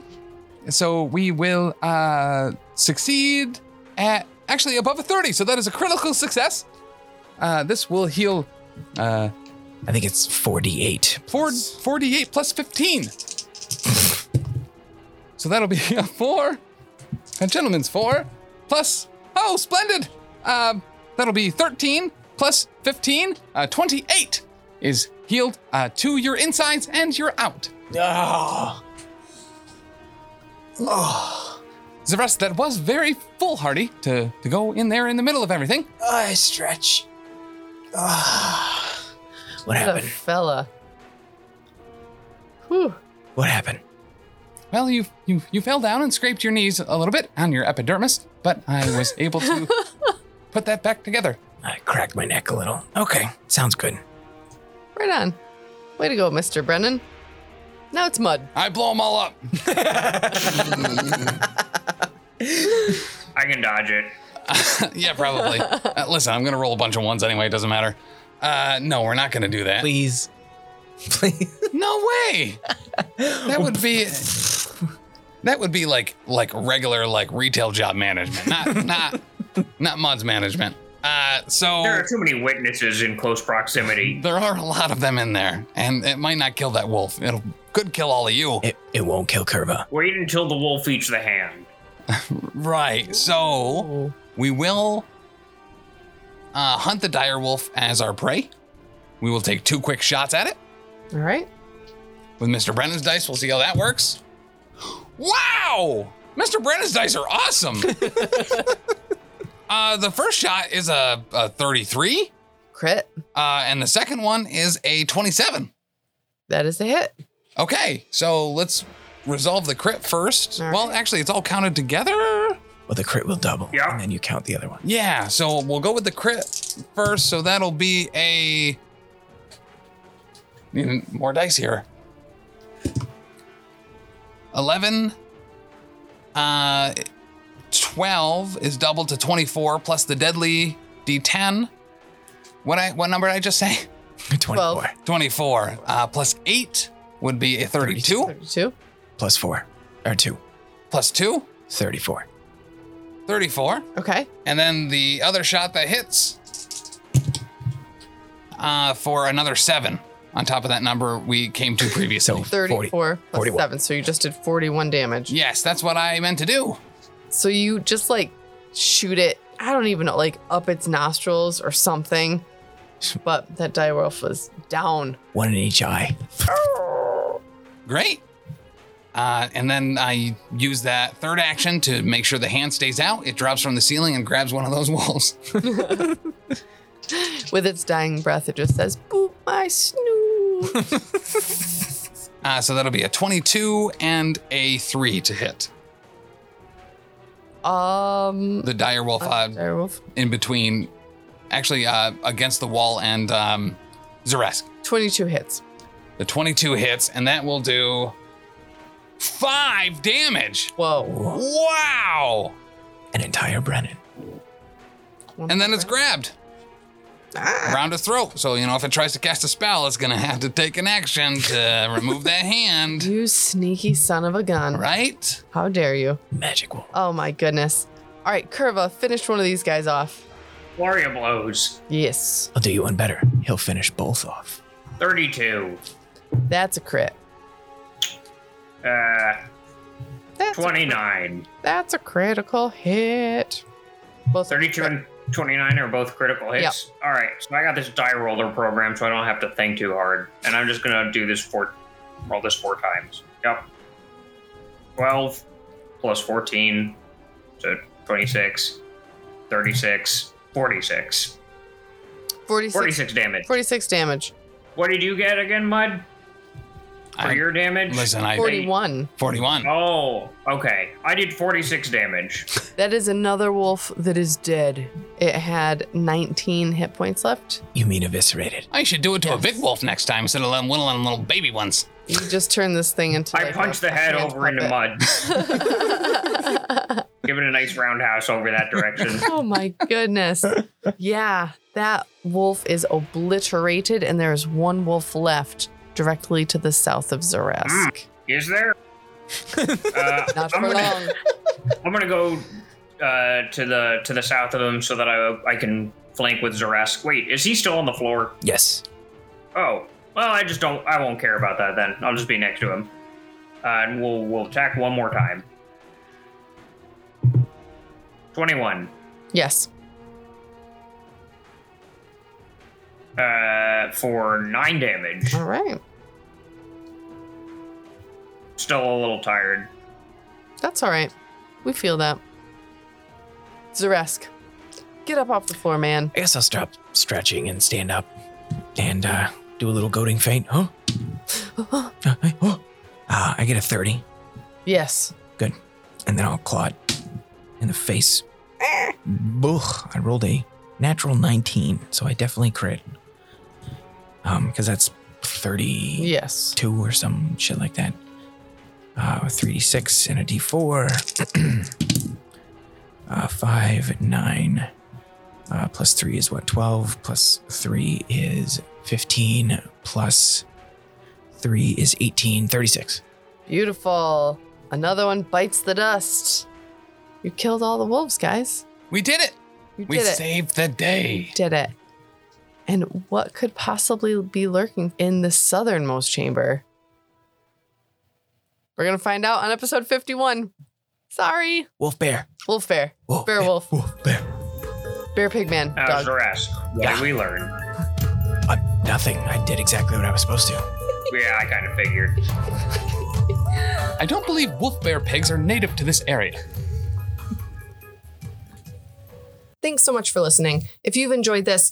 S2: So we will uh, succeed at actually above a thirty. So that is a critical success. Uh, this will heal uh,
S7: I think it's 48.
S2: four, 48 plus 15. so that'll be a four. A gentleman's four. Plus, oh, splendid. Um, that'll be 13 plus 15. Uh, 28 is healed uh, to your insides and you're out.
S7: Ah,
S2: Zavras, that was very foolhardy to, to go in there in the middle of everything.
S7: I stretch. Ah. What
S3: What a
S7: happened?
S3: fella. Whew.
S7: What happened?
S2: Well, you, you you fell down and scraped your knees a little bit on your epidermis, but I was able to put that back together.
S7: I cracked my neck a little. Okay, sounds good.
S3: Right on. Way to go, Mr. Brennan. Now it's mud.
S2: I blow them all up.
S5: I can dodge it.
S2: yeah, probably. Uh, listen, I'm gonna roll a bunch of ones anyway. It doesn't matter. Uh, no, we're not gonna do that.
S6: Please. Please.
S2: No way. That would be. That would be like like regular like retail job management, not not not muds management. Uh, so
S5: There are too many witnesses in close proximity.
S2: there are a lot of them in there, and it might not kill that wolf. It'll could kill all of you.
S7: It, it won't kill Kerba.
S5: Wait until the wolf eats the hand.
S2: Right. So we will uh, hunt the dire wolf as our prey. We will take two quick shots at it
S3: All right.
S2: with Mr. Brennan's dice. We'll see how that works. Wow! Mr. Brennan's dice are awesome. uh, the first shot is a, a 33,
S3: Crit.
S2: uh, and the second one is a 27.
S3: That is a hit.
S2: Okay, so let's resolve the crit first.
S3: All
S2: Well,
S3: right.
S2: actually, it's all counted together.
S7: Well, the crit will double.
S5: Yeah.
S7: And then you count the other one.
S2: Yeah, so we'll go with the crit first. So that'll be a. Need more dice here. 11. Uh, 12 is doubled to 24 plus the deadly d10. What I what number did I just say?
S7: 24
S3: Twelve.
S2: 24 uh, plus 8 would be a 32
S3: 32.
S7: plus 4. Or 2.
S2: plus 2
S7: 34.
S2: 34
S3: Okay.
S2: And then the other shot that hits uh, for another seven on top of that number we came to previously.
S7: So
S3: 34
S7: 40.
S3: plus 7. So you just did 41 damage.
S2: yes, that's what I meant to do.
S3: So you just like shoot it, I don't even know, like up its nostrils or something. But that dire wolf was down.
S7: One in each eye.
S2: Great. Uh, and then I use that third action to make sure the hand stays out. It drops from the ceiling and grabs one of those walls.
S3: With its dying breath, it just says, boop my snoot.
S2: Uh, so that'll be a 22 and a 3 to hit.
S3: um,
S2: The dire wolf uh,
S3: Direwolf.
S2: in between, actually uh, against the wall and um, Zaresk.
S3: 22 hits.
S2: The 22 hits, and that will do 5 damage.
S3: Whoa.
S2: Wow!
S7: An entire Brennan.
S2: And then it's grabbed.
S3: Ah.
S2: Around the throat. So, you know, if it tries to cast a spell, it's going to have to take an action to remove that hand.
S3: You sneaky son of a gun.
S2: Right?
S3: How dare you?
S7: Magic wall.
S3: Oh my goodness. All right, Curva, finish one of these guys off.
S5: Gloria blows.
S3: Yes.
S7: I'll do you one better. He'll finish both off.
S5: 32.
S3: That's a crit.
S5: Uh,
S3: That's, a,
S5: 29.
S3: that's a critical hit. Both
S5: 32 and 29 are both critical hits. All right, so I got this die roller program, so I don't have to think too hard, and I'm just gonna do this four, roll this four times. Yep. 12 plus 14, so 26, 36, 46,
S3: 46,
S5: 46 damage.
S3: 46 damage.
S5: What did you get again, Mud? For
S2: I-
S5: your damage?
S2: Listen, I.
S3: 41.
S2: 41.
S5: Oh, okay. I did 46 damage.
S3: That is another wolf that is dead. It had 19 hit points left.
S7: You mean eviscerated.
S2: I should do it to a big wolf next time instead of them little and little baby ones.
S3: You just turn this thing into.
S5: I
S3: like,
S5: punched
S3: a
S5: the head
S3: hand
S5: over into
S3: puppet.
S5: mud. Give it a nice roundhouse over that direction.
S3: oh my goodness. Yeah, that wolf is obliterated, and there is one wolf left directly to the south of Zaresk.
S5: Is there? Uh,
S3: Not for
S5: Mm. I'm gonna-
S3: long.
S5: I'm gonna go uh, to the to the south of him so that I I can flank with Zaresk. Wait, is he still on the floor?
S7: Yes.
S5: Oh, well, I just don't. I won't care about that then. I'll just be next to him, uh, and we'll we'll attack one more time. Twenty-one,
S3: Yes.
S5: uh, for nine damage.
S3: All right.
S5: Still a little tired.
S3: That's all right. We feel that. Zaresk, get up off the floor, man.
S7: I guess I'll stop stretching and stand up and uh, do a little goading feint. Huh? Uh, hey, huh? Uh, I get a 30,
S3: Yes.
S7: and then I'll claw it in the face. Ugh, I rolled a natural 19, so I definitely crit. Um, because that's 32
S3: Yes.
S7: or some shit like that. Uh, 3d6 and a d4. uh, 5, 9, uh, plus 3 is what? 12, plus 3 is 15, plus 3 is 18, 36.
S3: Beautiful. Another one bites the dust. You killed all the wolves, guys.
S2: We did it.
S3: You did
S2: We
S3: it.
S2: saved the day.
S3: did it. And what could possibly be lurking in the southernmost chamber? We're going to find out on episode 51. Sorry.
S7: Wolf bear.
S3: Wolf bear.
S7: Wolf
S3: Bear wolf.
S7: Wolf bear.
S3: Bear pig man.
S5: Uh,
S3: Dog.
S5: Zaresk, what did we learn?
S7: Uh, nothing. I did exactly what I was supposed to.
S5: Yeah, I kind of figured.
S2: I don't believe wolf bear pigs are native to this area.
S3: Thanks so much for listening. If you've enjoyed this,